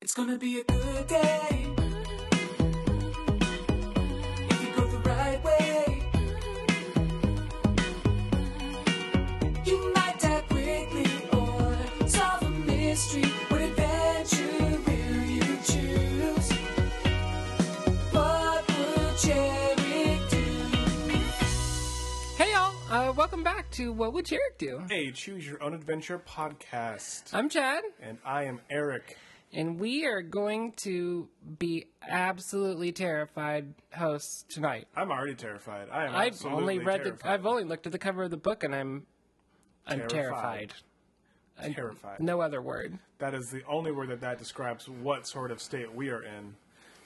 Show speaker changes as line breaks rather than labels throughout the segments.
It's gonna be a good day. If you go the right way, you might die quickly or solve a mystery. What adventure will you choose? What would Jared do?
Hey y'all, uh, welcome back to What Would Jarek Do?
Hey, Choose Your Own Adventure podcast.
I'm Chad,
And I am Eric.
and we are going to be absolutely terrified hosts tonight.
I'm already terrified. I am
I've
absolutely
only read the,
terrified.
I've only looked at the cover of the book, and I'm, I'm terrified.
Terrified.
I-
Terrified.
no other word.
That is the only word that that describes what sort of state we are in.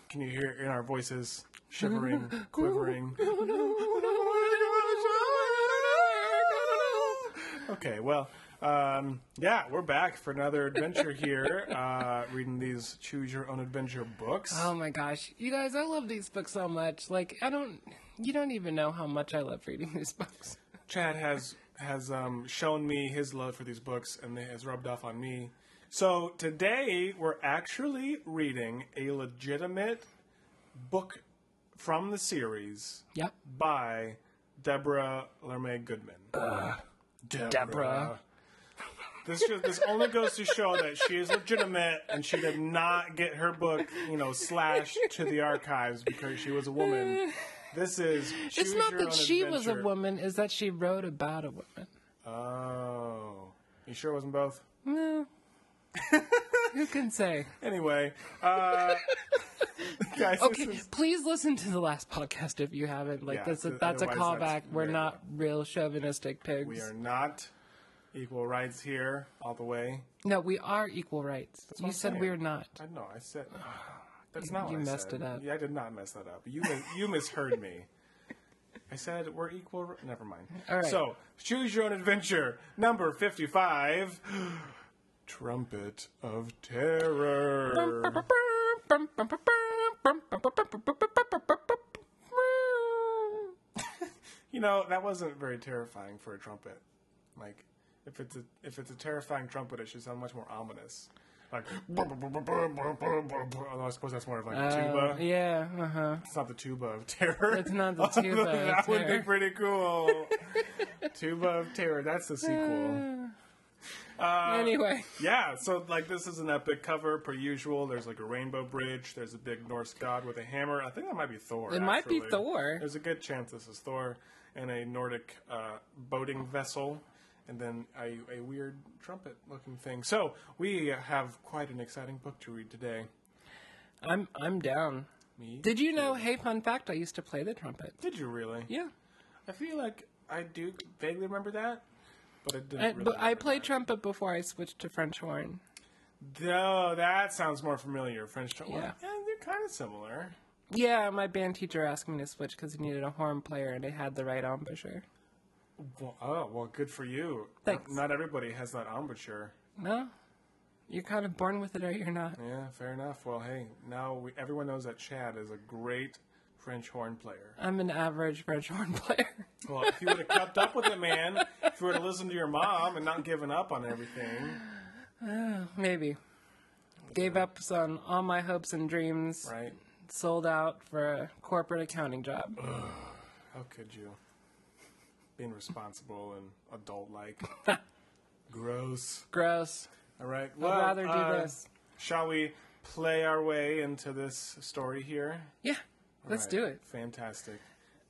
Can you hear it in our voices shivering, quivering? Okay, well, um, yeah, we're back for another adventure here, uh, reading these Choose Your Own Adventure books.
Oh my gosh, you guys! I love these books so much. Like I don't, you don't even know how much I love reading these books.
Chad has has um, shown me his love for these books, and it has rubbed off on me. So today we're actually reading a legitimate book from the series
Yep.
by Deborah Lermay Goodman. Deborah.
Uh, Deborah.
This just, this only goes to show that she is legitimate and she did not get her book, you know, slashed to the archives because she was a woman. This is.
It's
Choose
not
Your
that
Own
she was a
Adventure.
woman; is that she wrote about a woman.
Oh. You sure it wasn't both?
No. Who can say?
Anyway, uh, guys,
Okay,
this is,
please listen to the last podcast if you haven't. Like
Yeah,
that's a,
th-
that's a
otherwise
callback.
that's
We're
very
not real chauvinistic pigs.
we are not equal rights here all the way.
No, we are equal rights.
what
You
I'm
said
saying.
we're not.
I know, I said. uh, That's not
you
what I
messed
said.
it up.
Yeah, I did not mess that up. You mis- you misheard me. I said we're equal. ri- Never mind.
All right.
So choose your own adventure. Number fifty-five. Trumpet of Terror. You know that wasn't very terrifying for a trumpet. Like, if it's a if it's a terrifying trumpet, it should sound much more ominous. Like, although I suppose that's more of like a
Uh,
tuba.
yeah, uh huh.
It's not the tuba of terror.
It's not the tuba of
that would be
terror.
pretty cool. tuba of terror. That's the sequel. Uh,
anyway,
Yeah. So like, this is an epic cover per usual. There's like a rainbow bridge. There's a big Norse god with a hammer. I think that might be Thor.
it might be
actually.
Thor.
There's a good chance this is Thor and a Nordic uh, boating vessel, and then a, a weird trumpet-looking thing. So we have quite an exciting book to read today.
I'm I'm down.
Me?
Did you know? Hey, fun fact: I used to play the trumpet.
Did you really?
Yeah,
I feel like I do vaguely remember that, but I didn't.
I,
really
Uh, but I
remember
played trumpet before I switched to French horn.
that. No, that sounds more familiar. French trumpet.
Yeah.
they're kind of similar.
Yeah, my band teacher asked me to switch because he needed a horn player and it had the right embouchure.
Well, oh, well, good for you.
Thanks.
Not everybody has that embouchure.
No, you're kind of born with it or you're not.
Yeah, fair enough. Well, hey, now we, everyone knows that Chad is a great French horn player.
I'm an average French horn player.
Well, if you would have kept up with it, man, if you would have listened to your mom and not given up on everything,
Maybe. Gave up on all my hopes and dreams.
right?
Sold out for a corporate accounting job.
How could you? Being responsible and adult-like. Gross.
Gross.
All right. Well,
I'd rather do
uh,
this.
Shall we play our way into this story here?
Yeah, let's
All
do
right.
it.
Fantastic.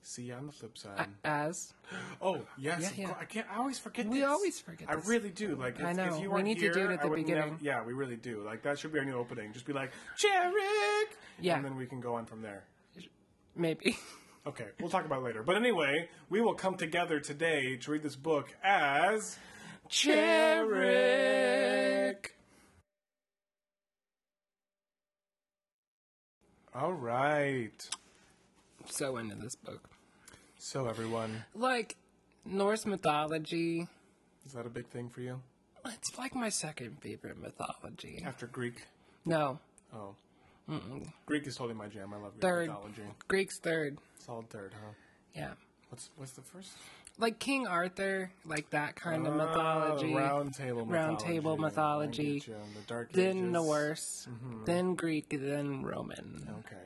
See you on the flip side.
As
oh yes,
Yeah,
of
yeah.
course. I can't. I always forget.
We
this.
always forget
I
this.
really do. Like if,
I know.
If you
We
weren't
need to do
here,
it at
I
the
would
beginning.
never- yeah, we really do. Like that should be our new opening. Just be like, Jarek.
Yeah.
And then we can go on from there.
maybe.
Okay, we'll talk about it later. But anyway, we will come together today to read this book as Jarek. All right.
so into this book.
So, everyone,
Like Norse mythology.
is that a big thing for you?
It's like my second favorite mythology.
After Greek?
No,
Oh. Greek is totally my jam. I love Greek
third.
mythology.
Greek's third.
Solid third, huh?
Yeah.
What's what's the first?
like King Arthur, like that kind of
Ah,
mythology.
round table
Round
mythology.
table mythology.
I get you. The Dark
Then
Ages. Mm-hmm.
Norse, then Greek, then Roman.
Okay.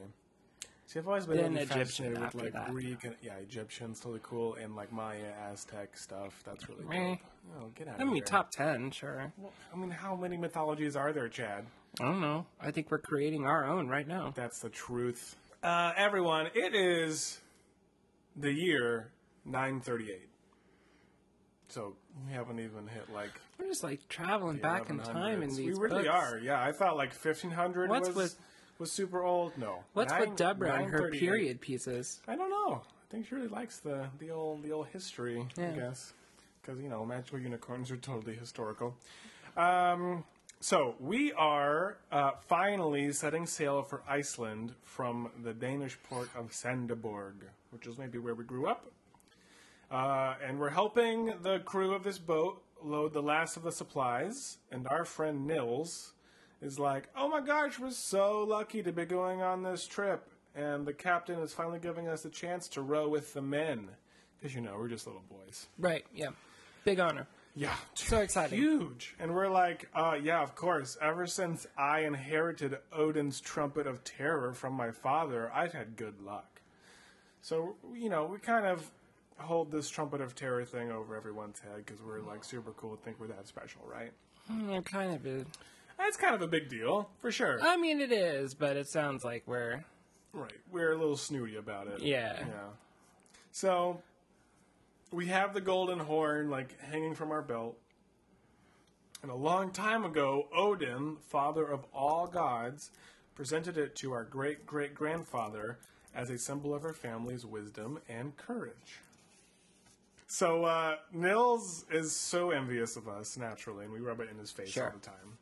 See, I've always been
Then
really
Egyptian
fascinated with
after
like
that.
Greek and yeah, Egyptian's totally cool, and like Maya, Aztec stuff. That's really
Meh.
dope. Oh, get out
I
of
mean,
here.
top ten, sure.
Well, I mean, how many mythologies are there, Chad?
I don't know. I think we're creating our own right now.
That's the truth. Uh, everyone, it is the year 938. So we haven't even hit like
We're just like traveling back in time in
1100s.
these.
We really
books.
are. Yeah, I thought like 1500
What's
was
with-
was super old. No.
What's
Nine-
with Deborah and her
938.
period pieces?
I don't know. I think she really likes the the old the old history. I
Yeah.
guess because you know magical unicorns are totally historical. Um, so we are uh, finally setting sail for Iceland from the Danish port of Sandeborg, which is maybe where we grew up. Uh, and we're helping the crew of this boat load the last of the supplies. And our friend Nils is like, "Oh my gosh, we're so lucky to be going on this trip." And the captain is finally giving us a chance to row with the men, because you know we're just little boys.
Right. Yeah. Big honor.
Yeah.
So exciting.
Huge. And we're like, uh, yeah, of course. Ever since I inherited Odin's trumpet of terror from my father, I've had good luck. So, you know, we kind of hold this trumpet of terror thing over everyone's head because we're like super cool and think we're that special, right?
Mm, kind of. Is.
That's kind of a big deal, for sure.
I mean, it is, but it sounds like we're
Right. We're a little snooty about it.
Yeah.
Yeah. So we have the golden horn like hanging from our belt. And a long time ago, Odin, father of all gods, presented it to our great great grandfather as a symbol of our family's wisdom and courage. So uh, Nils is so envious of us naturally, and we rub it in his face
Sure.
all the time.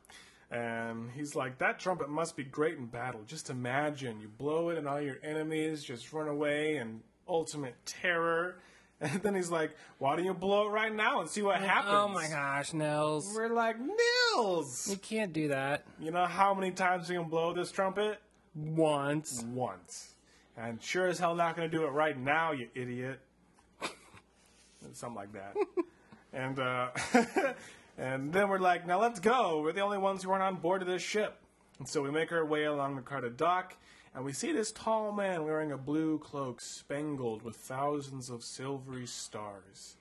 And he's like, "That trumpet must be great in battle. Just imagine you blow it, and all your enemies just run away in ultimate terror." And then he's like, "Why don't you blow it right now and see what happens?"
Oh my gosh, Nels.
We're like, "Nils,
You can't do that.
you know how many times you can blow this trumpet? Mm,
Once.
Once, and sure as hell not going to do it right now, you idiot." Something like that. and uh, and then we're like, now let's go. We're the only ones who aren't on board of this ship. And so we make our way along the crowded dock, and we see this tall man wearing a blue cloak spangled with thousands of silvery stars.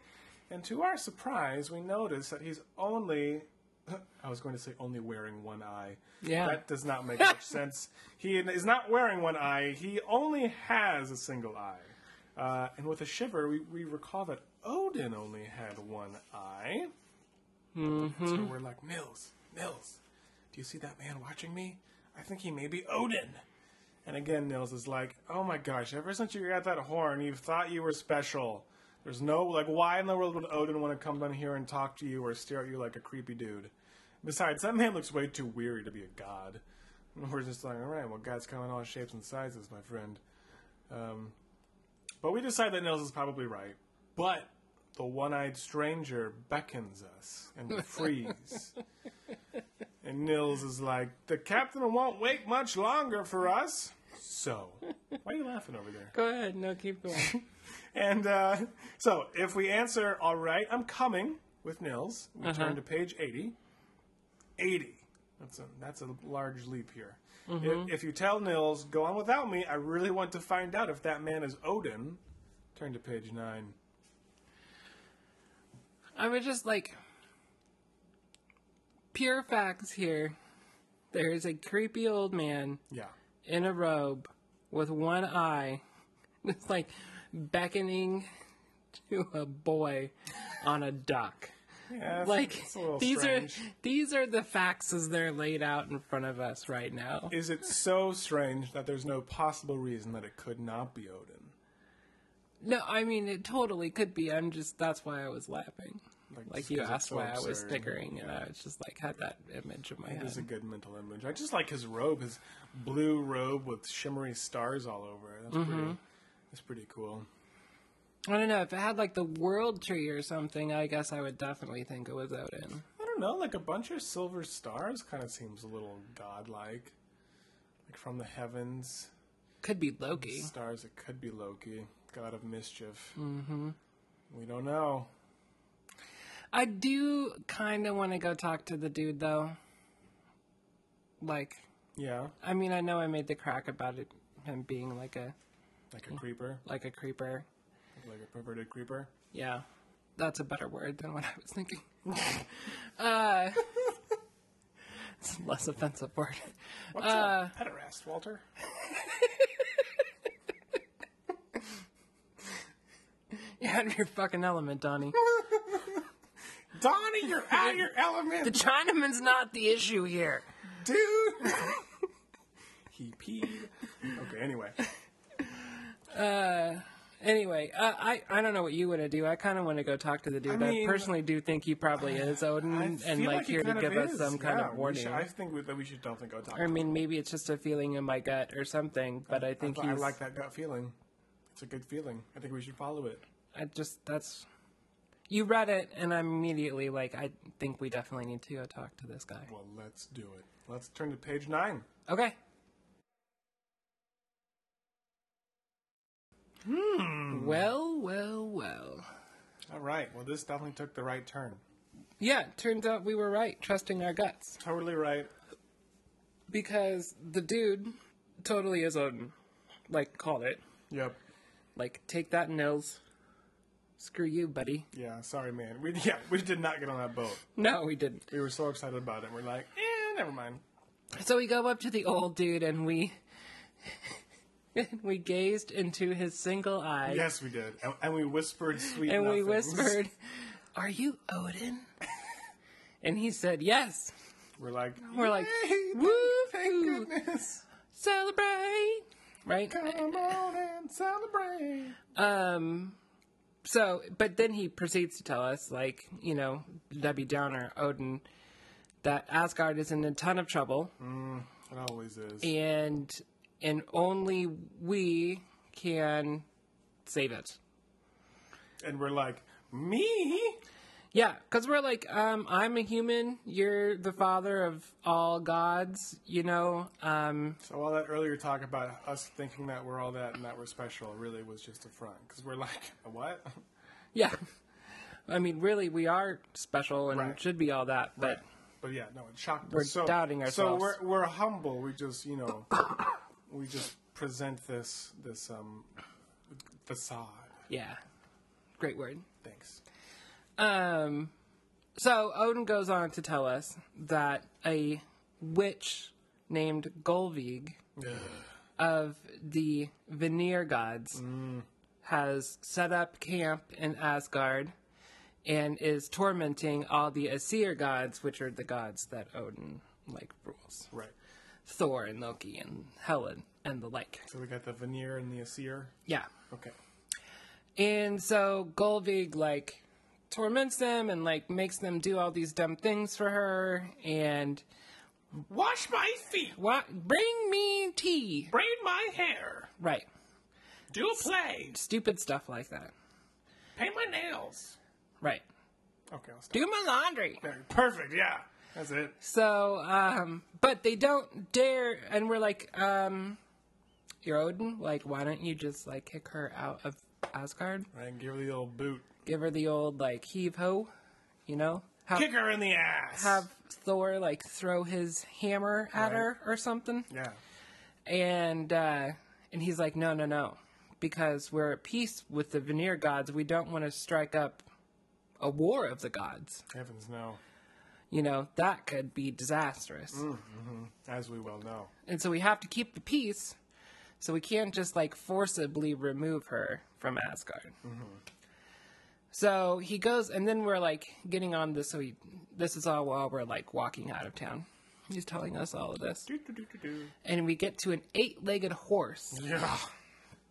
And to our surprise, we notice that he's only. I was going to say only wearing one eye.
Yeah.
That does not make much sense. He is not wearing one eye, he only has a single eye. Uh, and with a shiver, we, we recall that Odin only had one eye. So we're like, Nils, Nils, do you see that man watching me? I think he may be Odin. And again, Nils is like, oh my gosh, ever since you got that horn, you've thought you were special. There's no, like, why in the world would Odin want to come down here and talk to you or stare at you like a creepy dude? Besides, that man looks way too weary to be a god. And we're just like, all right, well, gods come in all shapes and sizes, my friend. Um, but we decide that Nils is probably right. But the one-eyed stranger beckons us and we freeze. and Nils is like, "The captain won't wait much longer for us." So, why are you laughing over there?
Go ahead. No, keep going.
And uh, so, if we answer, "All right, I'm coming," with Nils, we
Uh-huh.
turn to page eighty. Eighty. That's a that's a large leap here.
Mm-hmm.
If, if you tell Nils, "Go on without me," I really want to find out if that man is Odin. Turn to page nine.
I was just like, pure facts here. There is a creepy old man
Yeah.
in a robe with one eye. It's like beckoning to a boy on a dock.
Yeah, it's-
Like
it's a little
these
strange.
are these are the facts as they're laid out in front of us right now.
Is it so strange that there's no possible reason that it could not be Odin?
No, I mean it totally could be. I'm just that's why I was laughing. Like
just
you
'cause it's
asked
so
why I was
absurd.
snickering, and I was just like had that image in my
It is a
head.
good mental image. I just like his robe, his blue robe with shimmery stars all over it. That's pretty. That's pretty cool.
I don't know if it had like the world tree or something. I guess I would definitely think it was Odin.
I don't know, like a bunch of silver stars kind of seems a little godlike, like from the heavens.
Could be Loki.
Stars. It could be Loki, god of mischief. Mm-hmm. We don't know.
I do kind of want to go talk to the dude though. Like,
Yeah,
I mean, I know I made the crack about it him being like a
like a creeper,
like a creeper.
like a perverted creeper.
Yeah. That's a better word than what I was thinking. uh it's a less offensive word.
What's a pederast, Walter?
You're out of your fucking element, Donnie.
Donnie, you're out of your
The
element,
Chinaman's not the issue here.
dude. he peed. Okay, anyway,
Anyway, uh, I I don't know what you want to do. I kind of want to go talk to the dude. I,
mean,
personally do think he probably is Odin,
I feel
and like,
he
here to
kind
give
is.
us some kind
Yeah,
of
we
warning.
should- I think we, that we should definitely go talk.
I mean, maybe it's just a feeling in my gut or something, but I think
to him.
he's.
I like that gut feeling. It's a good feeling. I think we should follow it.
I just that's. You read it, and I'm immediately like, I think we definitely need to go talk to this guy.
Well, let's do it. Let's turn to page nine.
Okay. Hmm. Well, well, well.
All right. Well, this definitely took the right turn.
Yeah, turns out we were right, trusting our guts.
Totally right.
Because the dude totally is Odin. Like, called it.
Yep.
Like, take that, Nils. Screw you, buddy.
Yeah. Sorry, man. We yeah we did not get on that boat.
No, we didn't.
We were so excited about it. We're like, eh, never mind.
So we go up to the old dude and we we gazed into his single eye
Yes, we did, and, and we whispered sweet.
and we
nothings.
whispered, "Are you Odin?" and he said, "Yes."
We're like,
We're like,
"Yay,
"Woo!
Thank goodness!
Celebrate!" Right?
Come on and celebrate.
Um so but then he proceeds to tell us like, you know, Debbie Downer, Odin that Asgard is in a ton of trouble
It always is.
and and only we can save it.
And we're like, me?
Yeah, because we're like, um, I'm a human. You're the father of all gods. You know, um,
So all that earlier talk about us thinking that we're all that and that we're special really was just a front because we're like, what?
yeah. I mean, really, we are special and
Right.
should be all that. But
But yeah, no, it shocked
We're
us. So,
doubting ourselves.
So we're we're humble. We just you know, we just present this this um facade.
yeah, great word.
Thanks.
Um, so Odin goes on to tell us that a witch named Golvig of the Veneer gods has set up camp in Asgard and is tormenting all the Asir gods, which are the gods that Odin like rules.
Right.
Thor and Loki and Helen and the like.
So we got the veneer and the Asir.
Yeah.
Okay.
And so Golvig like torments them and like makes them do all these dumb things for her and
Wash my feet.
what bring me tea.
Braid my hair.
Right.
Do a play.
Stupid stuff like that.
Paint my nails.
Right.
Okay, I'll stop.
Do my laundry.
There. Perfect. Yeah, that's it.
So, um, but they don't dare, and we're like, um, you're Odin. Like, why don't you just like kick her out of Asgard?
Right. Give her the old boot.
Give her the old like heave ho, you know? Have,
Kick her in the ass.
have Thor like throw his hammer at her or something,
yeah.
and uh, and he's like, no, no, no, because we're at peace with the Veneer gods. We don't want to strike up a war of the gods.
Heavens no.
You know that could be disastrous.
As we well know.
and so we have to keep the peace. So we can't just like forcibly remove her from Asgard. So he goes, and then we're like getting on this. So he, this is all while we're like walking out of town. He's telling us all of this,
Do-do-do-do-do.
and we get to an eight-legged horse
Yeah.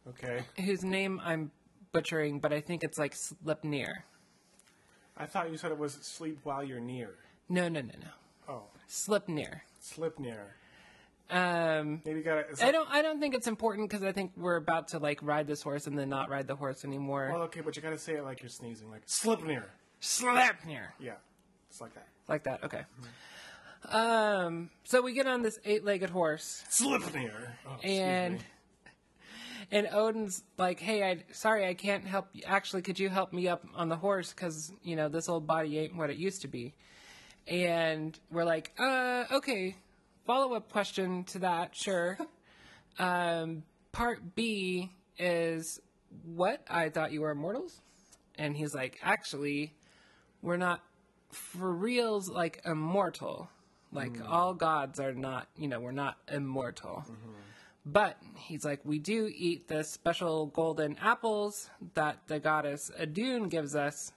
Okay.
whose name I'm butchering, but I think it's like Sleipnir.
I thought you said it was sleep while you're near.
No, no, no, no,
Oh,
Sleipnir.
slip near.
Um,
Maybe you got it.
I don't. I don't think it's important because I think we're about to like ride this horse and then not ride the horse anymore.
Well, okay, but you got to say it like you're sneezing, like slip near.
Sleipnir.
Yeah, it's like that.
like that. Okay. Um, so we get on this eight-legged horse,
Slip near. Oh, excuse
and
me.
And Odin's like, "Hey, I sorry, I can't help. You. Actually, could you help me up on the horse? Because you know this old body ain't what it used to be." And we're like, "Uh, okay." Follow up question to that, sure. um, part B is what I thought you were immortals, and he's like, "Actually, we're not for reals like immortal. Like all gods are not, you know, we're not immortal." But he's like, we do eat the special golden apples that the goddess Adun gives us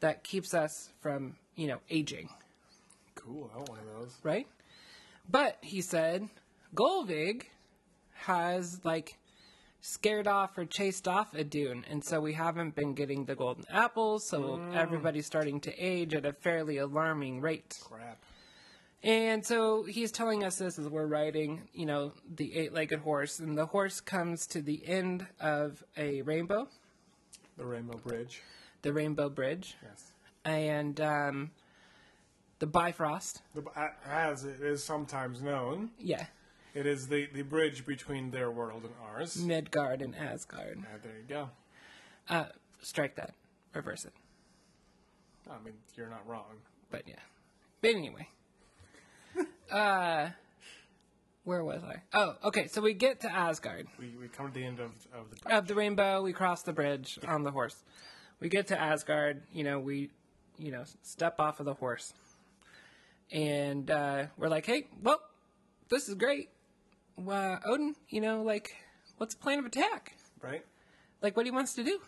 that keeps us from, you know, aging,
Cool. I want one of those.
right? But he said, Golvig has like scared off or chased off Adun, and so we haven't been getting the golden apples, so everybody's starting to age at a fairly alarming rate.
Crap.
And so he's telling us this as we're riding, you know, the eight legged horse, and the horse comes to the end of a rainbow,
The Rainbow Bridge.
the rainbow bridge,
Yes.
and um, the Bifrost.
The, uh, as it is sometimes known,
Yeah.
it is the, the bridge between their world and ours.
Mm. Midgard and Asgard.
Uh, there you go.
Uh, strike that. Reverse it.
I mean, you're not wrong.
But yeah. But anyway. uh, where was I? Oh, okay. So we get to Asgard.
We, we come to the end of, of the
of the rainbow, we cross the bridge on the horse. We get to Asgard, you know, we, you know, step off of the horse. And uh, we're like, hey, well, this is great. Uh, Odin, you know, like, what's the plan of attack?
right.
Like, what he wants to do?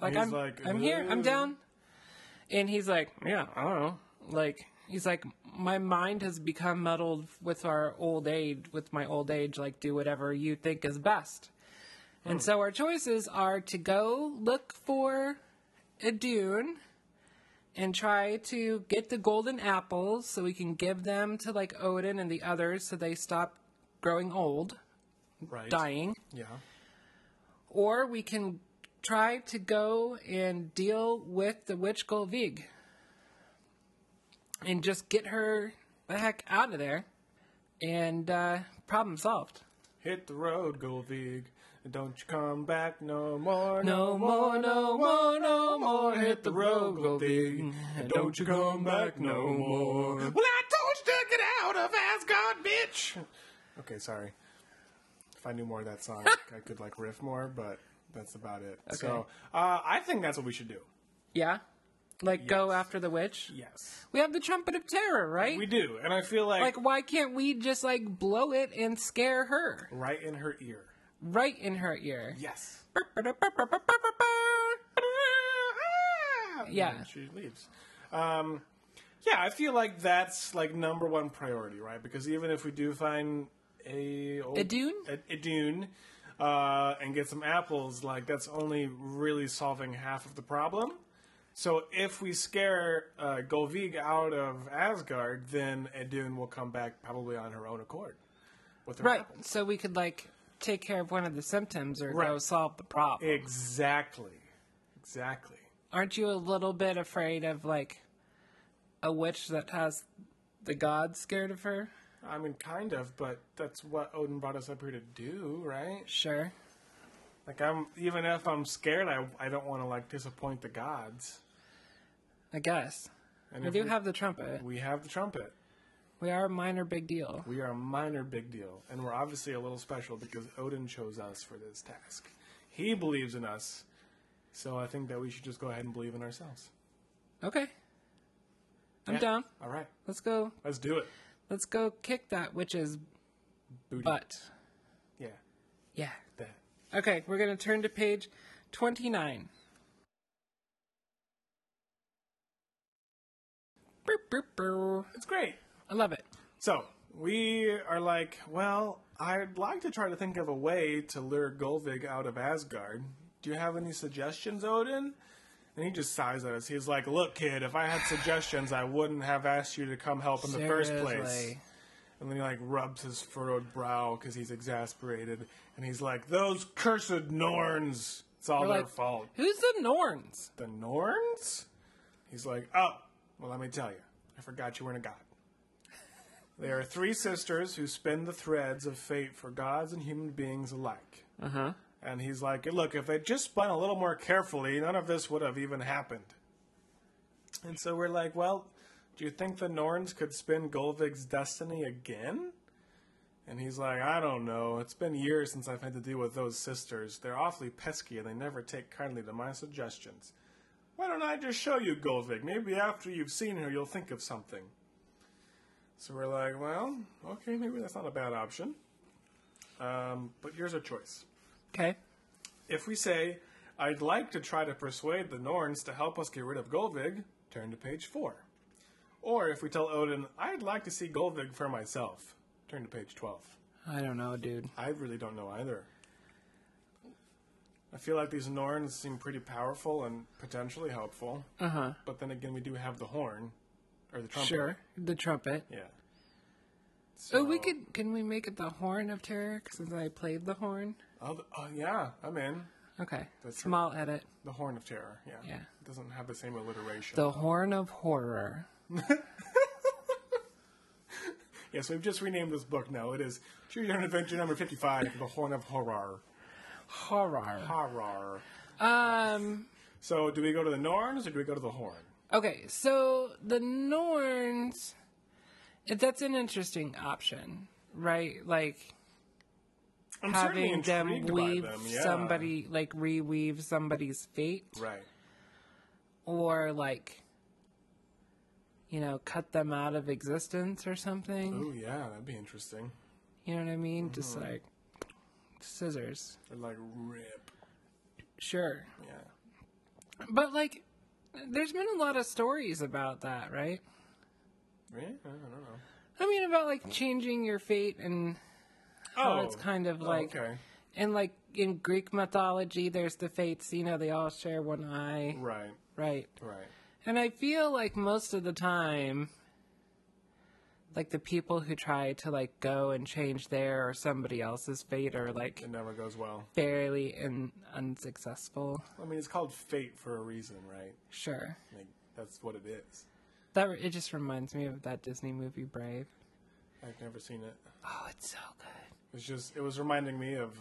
Like,
He's
I'm,
like,
I'm here, I'm
"Uh."
down. And he's like, yeah, I don't know. Like, he's like, my mind has become muddled with our old age, with my old age. Like, do whatever you think is best.
Hmm.
And so our choices are to go look for a dune and try to get the golden apples so we can give them to like Odin and the others so they stop growing old,
Right.
dying.
Yeah.
Or we can try to go and deal with the witch Golvig and just get her the heck out of there and uh, problem solved.
Hit the road, Goldvig. Don't you come back no more.
No more, no more, no more.
Hit the road, Goldvig. Don't you come back no more. Well, I told you to get out of Asgard, bitch. Okay, sorry. If I knew more of that song, I could like riff more, but that's about it. So uh, I think that's what we should do.
Yeah? Like go after the witch?
Yes,
We have the trumpet of terror, right?
we do, and I feel like,
like why can't we just like blow it and scare her
right in her ear.
right in her ear?
Yes.
Ah! Yeah.
And she leaves. Um, yeah, I feel like that's like number one priority, right? Because even if we do find a old,
A dune?
a, a dune, uh, and get some apples, like that's only really solving half of the problem. So if we scare uh, Golvig out of Asgard, then a dune will come back probably on her own accord. With her
Right.
apples.
So we could like take care of one of the symptoms or go
Right.
solve the problem.
Exactly. Exactly.
Aren't you a little bit afraid of like a witch that has the gods scared of her?
I mean, kind of, but that's what Odin brought us up here to do, right?
Sure.
Like, I'm even if I'm scared, I I don't want to like disappoint the gods.
I guess.
And
We
if
do have the trumpet.
we have the trumpet.
We are a minor big deal.
We are a minor big deal, and we're obviously a little special because Odin chose us for this task. He believes in us, so I think that we should just go ahead and believe in ourselves.
Okay. I'm
Yeah.
down.
All right,
Let's go.
let's do it.
Let's go kick that witch's
Booty.
butt.
Yeah,
Yeah.
that.
Okay, we're going to turn to page 29. Boop, boop, boop.
It's great.
I love it.
So we are like, well, I'd like to try to think of a way to lure Golvig out of Asgard. Do you have any suggestions, Odin? And he just sighs at us. He's like, look, kid, if I had suggestions, I wouldn't have asked you to come help in the first place.
Seriously.
And then he like rubs his furrowed brow because he's exasperated, and he's like, "Those cursed Norns! It's all
We're
their
like,
fault."
Who's the Norns?
The Norns? He's like, oh, well, let me tell you. I forgot you weren't a god. They are three sisters who spin the threads of fate for gods and human beings alike. And he's like, look, if they'd just spun a little more carefully, none of this would have even happened. And so we're like, well, do you think the Norns could spin Golvig's destiny again? And he's like, I don't know. It's been years since I've had to deal with those sisters. They're awfully pesky and they never take kindly to my suggestions. Why don't I just show you Golvig? Maybe after you've seen her, you'll think of something. So we're like, well, okay, maybe that's not a bad option. Um, but here's our choice.
Okay.
If we say, I'd like to try to persuade the Norns to help us get rid of Golvig, turn to page four. Or if we tell Odin, I'd like to see Golvig for myself, turn to page 12.
I don't know, dude.
I really don't know either. I feel like these Norns seem pretty powerful and potentially helpful.
Uh huh.
But then again, we do have the horn, or the trumpet.
Sure. The trumpet.
Yeah.
Oh, we
So-
could. Can we make it the horn of terror? Since I played the horn.
Oh, the- oh, yeah, I'm in.
Okay.
That's true.
Small edit.
The Horn of Terror. Yeah.
Yeah.
It doesn't have the same alliteration.
The horn of horror.
yes, we've just renamed this book now. It is Choose Your Own Adventure number 55, The Horn of Horror.
Horror.
Horror.
Um.
So, do we go to the Norns or do we go to the Horn?
Okay. So the Norns. That's an interesting option, right? Like.
I'm certainly
having them
intrigued by
weave
them, yeah.
somebody like reweave somebody's fate
Right.
or like you know cut them out of existence or something
Oh, Uh-huh. yeah, that'd be interesting.
you know what i mean just like scissors
They'd like rip.
sure
Yeah.
but like there's been a lot of stories about that right
Really? I don't know.
i mean about like changing your fate and
Oh,
it's kind of
Oh,
like-
okay.
and like in greek mythology there's the fates you know they all share one eye
Right,
right
right.
And I feel like most of the time, like the people who try to like go and change their or somebody else's fate are like
It never goes well.
barely and unsuccessful.
I mean, it's called fate for a reason, right?
Sure,
Like, that's what it is.
that re- it just reminds me of that Disney movie Brave.
I've never seen it.
Oh, it's so good.
It's just, it was reminding me of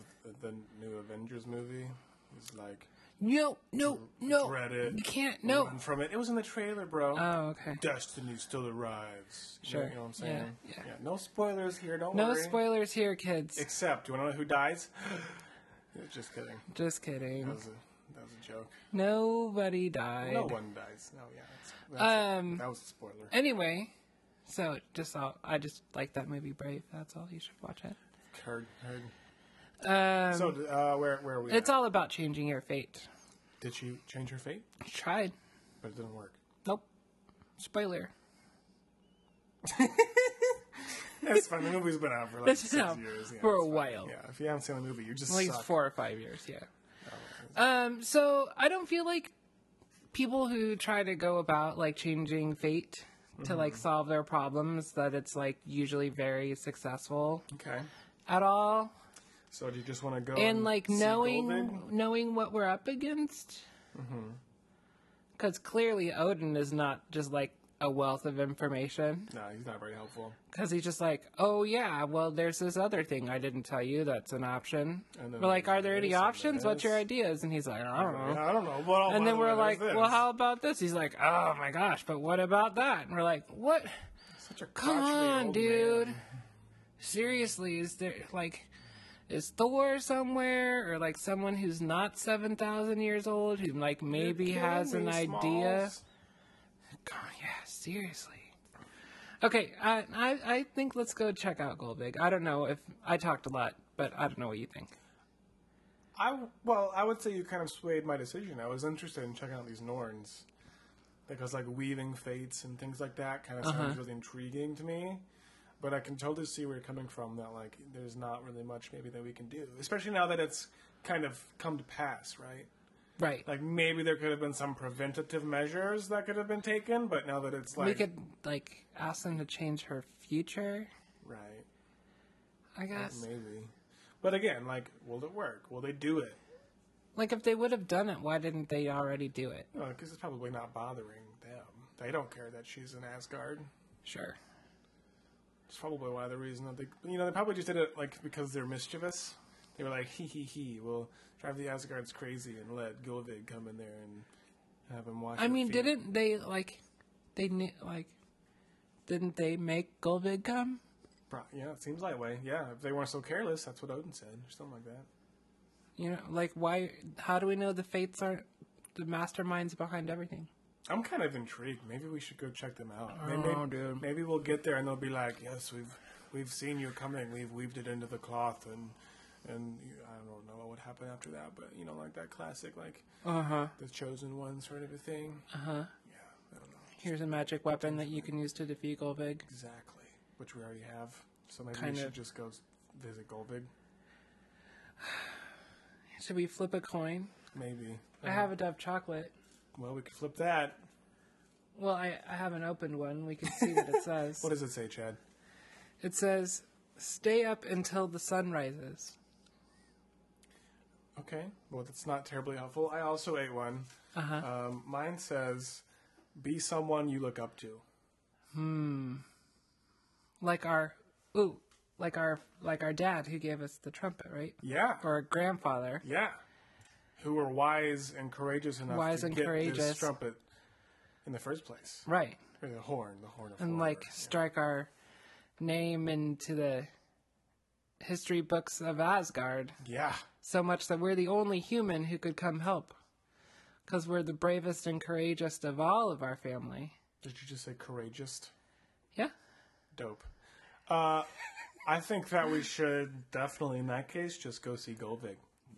the, the new Avengers movie. It's like,
No, no, no.
Dread it.
You can't. No.
run from it. It was in the trailer, bro.
Oh, okay.
Destiny still arrives. You
Sure.
Know, you know what I'm
Yeah,
saying?
yeah.
No spoilers here. Don't
No
worry.
spoilers here, kids.
Except, you want to know who dies? just kidding.
just
That
kidding.
was a, that was a joke.
Nobody died.
No one dies. No, yeah. That's, that's
Um,
it. That was a spoiler.
Anyway, so just all, I just like that movie Brave. That's all. You should watch it.
Heard, heard.
Um,
So, uh, where, where are we?
it's
at?
all about changing your fate.
Did she change her fate?
I tried.
But it didn't work.
Nope. Spoiler.
That's fine. The movie's been out for like
It's
six
been out
years. Yeah,
for
it's
a
fine.
while.
Yeah, if you haven't seen the movie, you just
At least
suck. Oh,
four or five years, yeah. Um, so I don't feel like people who try to go about like changing fate
Mm-hmm.
to like solve their problems that it's like usually very successful
Okay.
at all.
So do you just want to go
and like
see
knowing
Golden?
knowing what we're up against
Mm-hmm.
because clearly odin is not just like a wealth of information
No, he's not very helpful.
because he's just like oh yeah well there's this other thing i didn't tell you that's an option
And then
we're like are there
there's
any
this, and
options what's your
there's-
ideas and he's like i don't know
Yeah, I don't know. Well,
and then
by the
we're
way,
like
there's
well
this.
how about this he's like oh my gosh but what about that and we're like what
Such a
come
crotchety
on
old
dude
man.
seriously is there like is thor somewhere or like someone who's not 7000 years old who like maybe
You're
has an
killing me,
idea
Smalls.
God, yeah seriously okay I, I i think let's go check out goldbig i don't know if i talked a lot but i don't know what you think
I well, I would say you kind of swayed my decision. I was interested in checking out these Norns because like weaving fates and things like that kind of
Uh-huh.
sounds really intriguing to me. But I can totally see where you're coming from. That like there's not really much maybe that we can do, especially now that it's kind of come to pass, right?
right
Like maybe there could have been some preventative measures that could have been taken, but now that it's like
we could like ask them to change her future
right,
i guess
maybe. But again, like, will it work? Will they do it?
like if they would have done it why didn't they already do it
Because it's probably not bothering them. They don't care that she's in Asgard.
sure
It's probably why the reason that they, you know, they probably just did it like because they're mischievous. They were like, hee hee hee, we'll drive the Asgards crazy and let Gilvig come in there and have him watch.
I mean,
did it?
didn't they like? They knew like. Didn't they make Goldvig come?
Pro- yeah, it seems that way. Yeah, if they weren't so careless, that's what Odin said, or something like that.
You know, like why? How do we know the fates aren't the masterminds behind everything?
I'm kind of intrigued. Maybe we should go check them out. Maybe,
know, Oh, dude.
maybe we'll get there and they'll be like, "Yes, we've we've seen you coming. We've weaved it into the cloth." And and you, I don't know what would happen after that, but you know, like that classic, like
Uh huh.
the chosen one sort of a thing. Uh huh. Yeah, I don't know
Here's a magic weapon that you can use to defeat Goldvig.
exactly, which we already have. So maybe
Kind
we should
of.
just go s- visit Goldvig.
Should we flip a coin?
Maybe.
I have a Dove chocolate.
Well, we could flip that.
Well, I, I haven't opened one. We can see what it says.
What does it say, Chad?
It says, "Stay up until the sun rises."
Okay. Well, that's not terribly helpful. I also ate one.
Uh-huh.
Um, mine says, "Be someone you look up to."
Like our, ooh, like our, like our dad who gave us the trumpet, right?
Yeah.
Or our grandfather.
yeah. Who were wise and courageous enough
Wise
to
and
get this
courageous.
trumpet in the first place,
Right.
or the horn, the horn of
and
Thor.
like strike our name into the history books of Asgard
yeah,
so much that we're the only human who could come help because we're the bravest and courageous of all of our family.
did you just say courageous?
Yeah.
Dope. Uh, I think that we should definitely, in that case, just go see Goldvig.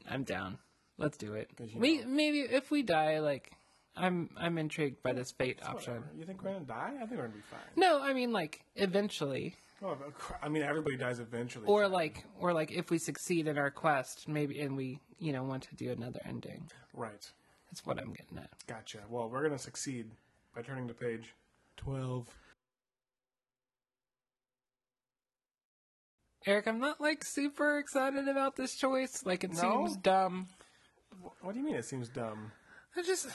I'm down. Let's do it.
you
We maybe if we die like I'm I'm intrigued by this fate option.
Whatever. You think we're gonna die? I think we're gonna be fine.
No, I mean like eventually
Oh, of cour- I mean, everybody dies eventually.
or like or like if we succeed in our quest maybe and we you know want to do another ending.
right.
That's what I'm getting at.
Gotcha. Well, we're going to succeed by turning to page 12.
Eric, I'm not like super excited about this choice. Like it
No?
seems dumb.
Wh- What do you mean it seems dumb?
I just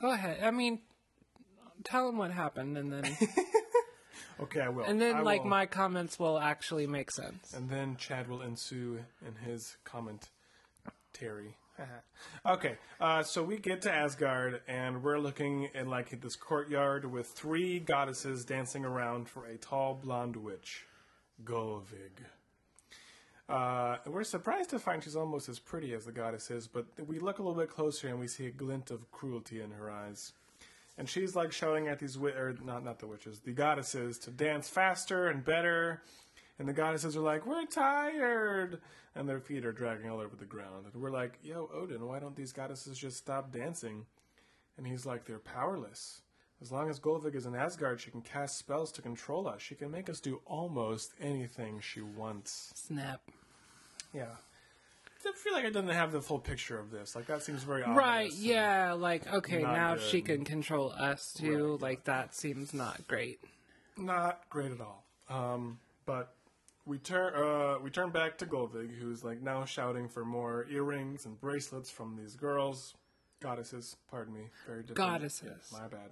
go ahead. I mean, tell him what happened, and then
Okay, I will.
and then
I
like
will.
my comments will actually make sense.
And then Chad will ensue in his comment, Terry. okay, uh, so we get to Asgard, and we're looking in like this courtyard with three goddesses dancing around for a tall blonde witch, Govig. Uh, and we're surprised to find she's almost as pretty as the goddess is, but we look a little bit closer and we see a glint of cruelty in her eyes. And she's like shouting at these wi- or not not the witches, the goddesses to dance faster and better. And the goddesses are like, "We're tired," and their feet are dragging all over the ground. And we're like, "Yo, Odin, why don't these goddesses just stop dancing?" And he's like, "They're powerless. As long as Golvig is in Asgard, she can cast spells to control us. She can make us do almost anything she wants."
Snap.
Yeah. I feel like I didn't have the full picture of this. Like that seems very obvious.
Right? Yeah. Like okay,
Not
now she
good.
can control us too. Like that seems not great.
Not great at all. Um, but we turn uh, we turn back to Golvig, who's like now shouting for more earrings and bracelets from these girls, goddesses. Pardon me. Very different.
Goddesses.
Yeah, my bad.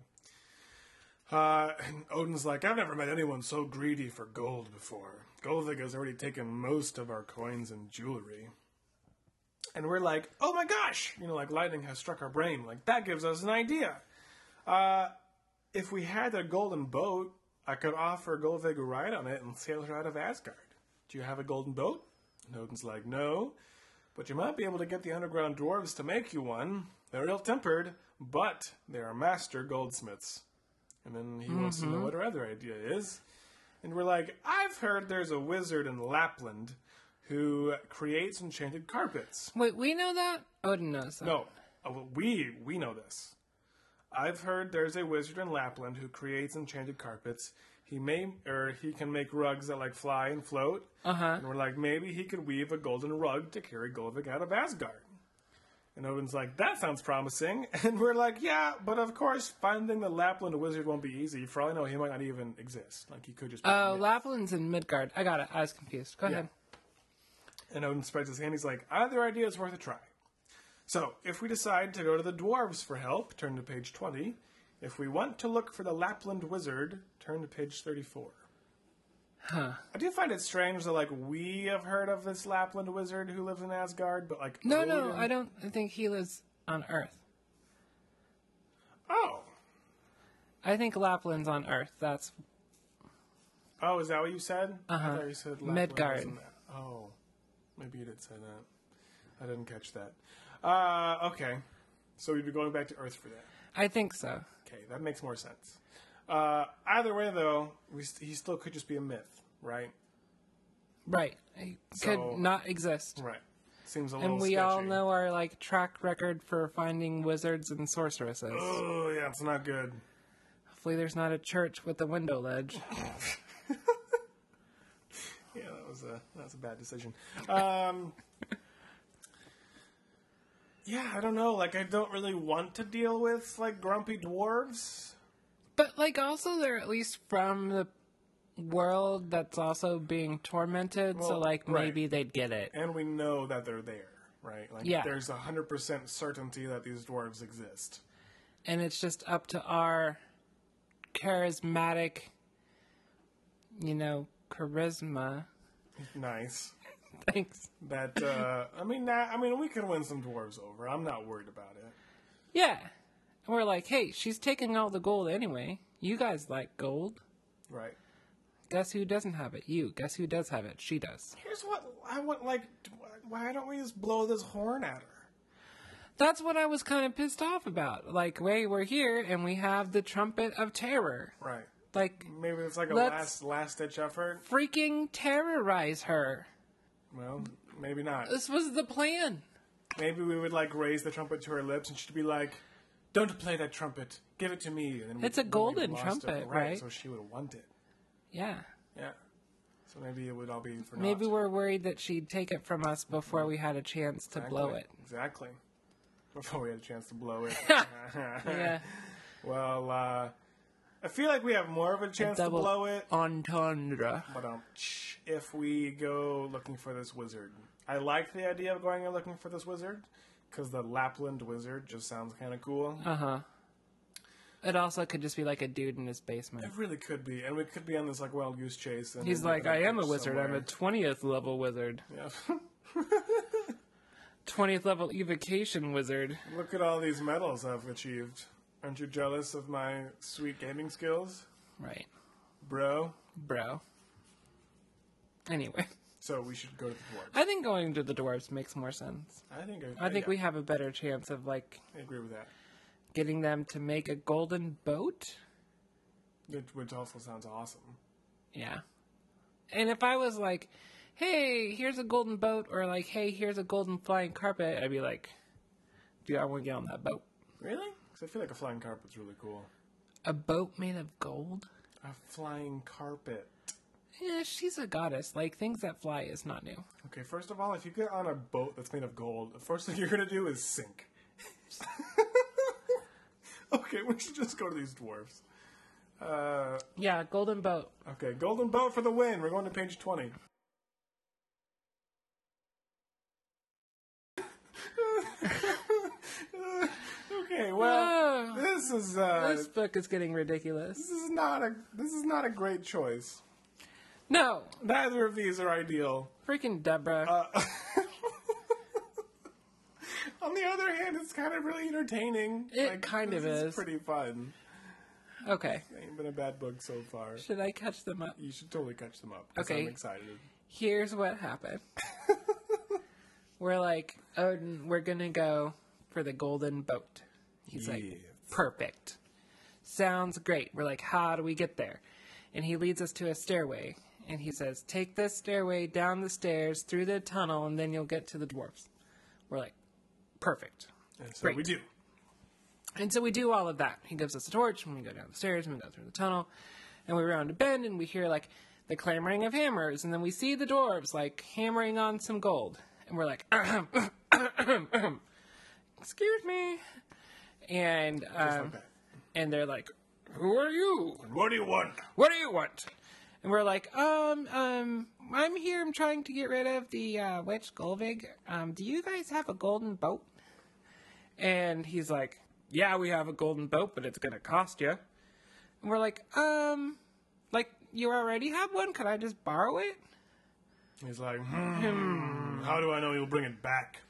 Uh, and Odin's like, I've never met anyone so greedy for gold before. Golvig has already taken most of our coins and jewelry. and we're like, oh my gosh, you know, like lightning has struck our brain. Like that gives us an idea. Uh, if we had a golden boat, I could offer Golvig a ride on it and sail her out of Asgard. Do you have a golden boat? And Odin's like, no, but you might be able to get the underground dwarves to make you one. They're ill tempered, but they are master goldsmiths. And then he wants to know what her other idea is. And we're like, I've heard there's a wizard in Lapland who creates enchanted carpets.
Wait, we know that. Odin knows that.
No, uh, well, we we know this. I've heard there's a wizard in Lapland who creates enchanted carpets. He may or he can make rugs that like fly and float.
Uh huh.
And we're like, maybe he could weave a golden rug to carry Golvig out of Asgard. And Odin's like, that sounds promising. And we're like, yeah, but of course, finding the Lapland wizard won't be easy. For all I know, he might not even exist. Like, he could just. be a
Oh,
myth.
Lapland's in Midgard. I got it. I was confused. Go ahead.
And Odin spreads his hand. He's like, either idea is worth a try. So, if we decide to go to the dwarves for help, turn to page 20. If we want to look for the Lapland wizard, turn to page 34. I do find it strange that like we have heard of this Lapland wizard who lives in Asgard, but like
No, no,
Odin-
I don't think he lives on Earth.
Oh,
I think Lapland's on Earth. That's
oh, is that what you said? I thought you said Lapland
Uh-huh. Midgard.
was in that. Oh, maybe you did say that. I didn't catch that. Uh, okay, so we'd be going back to Earth for that.
I think so.
Okay, that makes more sense. Uh, either way, though, we st- he still could just be a myth, right?
Right. It
So-
could not exist.
Right. Seems a little.
And we all
sketchy.
know our like track record for finding wizards and sorceresses.
Oh yeah, it's not good.
Hopefully there's not a church with a window ledge.
Yeah, that was a that was a bad decision. Um, yeah, I don't know. Like, I don't really want to deal with like grumpy dwarves.
But like also they're at least from the world that's also being tormented, so
Well,
like
right.
maybe they'd get it.
and we know that they're there, right? Like,
Yeah.
there's a hundred percent certainty that these dwarves exist.
And it's just up to our charismatic you know, charisma.
Nice.
Thanks.
That uh, I mean, nah, I mean, we could win some dwarves over. I'm not worried about it.
Yeah. And we're like, hey, she's taking all the gold anyway. You guys like gold.
Right.
Guess who doesn't have it? You. Guess who does have it? She does.
Here's what I want. Like, d- why don't we just blow this horn at her?
That's what I was kind of pissed off about. Like, wait, we're here and we have the trumpet of terror.
Right.
Like,
Maybe it's like a
Let's-
last last ditch effort.
freaking terrorize her.
Well, maybe not.
This was the plan.
Maybe we would like raise the trumpet to her lips, and she'd be like, "Don't play that trumpet. Give it to me." And then we-
It's a
then we'd
golden
have lost it.
trumpet, right?
So she would want it.
Yeah.
Yeah. So maybe it would all be for
Maybe
naught.
we're worried that she'd take it from us before we had a chance to blow it.
Exactly. Before we had a chance to blow it.
Yeah.
well, uh, I feel like we have more of a chance to
Double
blow it.
entendre.
But um, if we go looking for this wizard, I like the idea of going and looking for this wizard because the Lapland wizard just sounds kind of cool.
It also could just be like a dude in his basement.
It really could be, and we could be on this like wild goose chase. And
He's
we'll
like,
end up
I am a
somewhere."
wizard. I'm a 20th level wizard.
Yeah.
20th level evocation wizard.
Look at all these medals I've achieved. Aren't you jealous of my sweet gaming skills,
Right.
bro?
Bro. Anyway.
So we should go to the dwarves.
I think going to the dwarves makes more sense.
I think
I think
yeah,
we have a better chance of like
I agree with that.
getting them to make a golden boat.
It, which also sounds awesome.
Yeah. And if I was like, hey, here's a golden boat, or like, hey, here's a golden flying carpet, I'd be like, dude, I want to get on that boat.
Really? Because I feel like a flying carpet's really cool.
A boat made of gold?
A flying carpet.
Yeah, she's a goddess. Like, things that fly is not new.
Okay, first of all, if you get on a boat that's made of gold, the first thing you're gonna do is sink. okay, we should just go to these dwarves. Uh,
Yeah, golden boat.
okay, golden boat for the win. We're going to page twenty. okay, well,
Oh,
this is uh,
this book is getting ridiculous.
this is not a this is not a great choice.
No,
Neither of these are ideal.
freaking Deborah.
On the other hand, it's kind of really entertaining.
It kind of
this
is.
pretty fun.
okay,
Ain't been a bad book so far.
should I catch them up?
You should totally catch them up. 'cause
Okay.
I'm excited.
here's what happened. we're like, Odin, we're gonna go for the golden boat. He's
Yes.
like, perfect. Sounds great. We're like, how do we get there? And he leads us to a stairway. And he says, take this stairway down the stairs, through the tunnel, and then you'll get to the dwarves. We're like, perfect.
And so
Great.
we do.
And so we do all of that. He gives us a torch, and we go down the stairs, and we go through the tunnel, and we round a bend, and we hear like the clamoring of hammers, and then we see the dwarves like hammering on some gold, and we're like, "Excuse me," and um,
Okay.
and they're like, "Who are you?
What do you want?
What do you want?" And we're like, "Um, um, I'm here. I'm trying to get rid of the uh, witch Golvig. Um, do you guys have a golden boat?" And he's like, Yeah, we have a golden boat, but it's going to cost you. And we're like, Um, like, you already have one? Could I just borrow it?
He's like, hmm, how do I know you'll bring it back?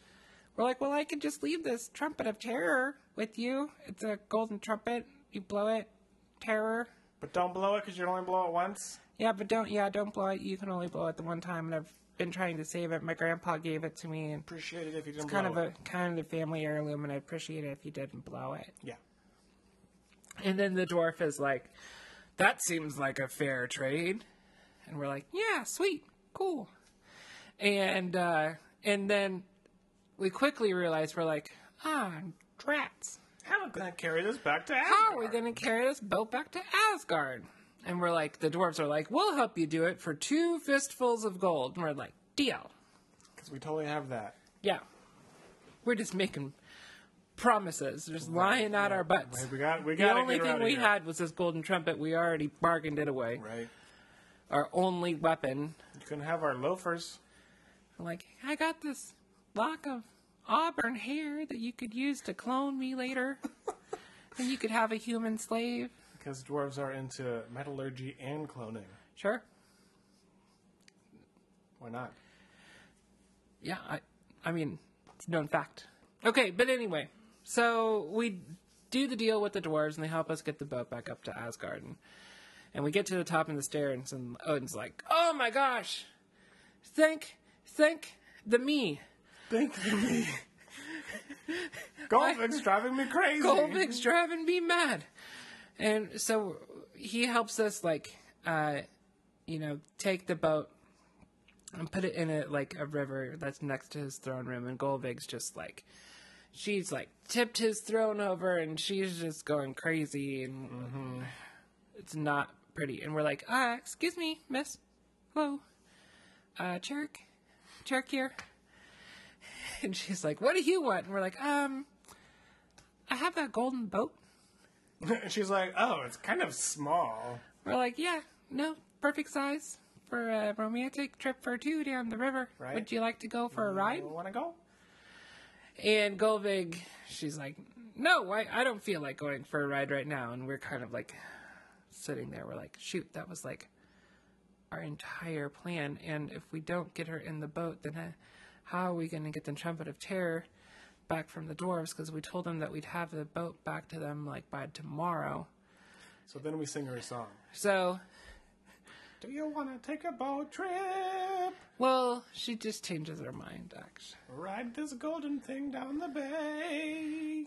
We're like, well, I could just leave this trumpet of terror with you. It's a golden trumpet. You blow it, terror.
But don't blow it because you only blow it once.
Yeah, but don't. Yeah, don't blow it. You can only blow it the one time, and I've been trying to save it. My grandpa gave it to me, and
Appreciate it if you didn't
kind
blow
of a
it.
kind of a family heirloom, and I'd appreciate it if you didn't blow it.
Yeah.
And then the dwarf is like, that seems like a fair trade. And we're like, yeah, sweet, cool. And uh, and then we quickly realize we're like, ah, drats.
How am I going to carry this back to Asgard?
How are we going to carry this boat back to Asgard? And we're like, the dwarves are like, we'll help you do it for two fistfuls of gold. And we're like, deal.
Because we totally have that.
Yeah. We're just making promises, just lying out our butts.
Right, we got- we
the
gotta
only
get her
thing
outta
we
here.
had was this golden trumpet. We already bargained it away.
Right.
Our only weapon.
You can have our loafers.
I'm like, I got this lock of auburn hair that you could use to clone me later. and you could have a human slave.
Because dwarves are into metallurgy and cloning.
Sure.
Why not?
Yeah, I, I mean, it's a known fact. Okay, but anyway, so we do the deal with the dwarves, and they help us get the boat back up to Asgard. And, and we get to the top of the stairs, and Odin's like, "Oh my gosh, thank, thank the me,
Thank you, me. Goldvig's driving me crazy.
Golvig's driving me mad." And so he helps us, like, uh, you know, take the boat and put it in a like a river that's next to his throne room and Golvig's just like she's like tipped his throne over and she's just going crazy and it's not pretty and we're like ah excuse me miss hello uh Chirk Chirk here and she's like what do you want and we're like um I have that golden boat
She's like, oh, it's kind of small.
we're like yeah no perfect size for a romantic trip for two down the river
Right.
would you like to go for a ride
You want to go?
And Golvig, she's like, no, I, I don't feel like going for a ride right now. And we're kind of like sitting there. We're like, shoot, that was like our entire plan. And if we don't get her in the boat, then uh, how are we going to get the Trumpet of Terror back from the dwarves? Because we told them that we'd have the boat back to them like by tomorrow.
So then we sing her a song.
So,
Do you want to take a boat trip?
well, she just changes her mind, actually.
Ride this golden thing down the bay.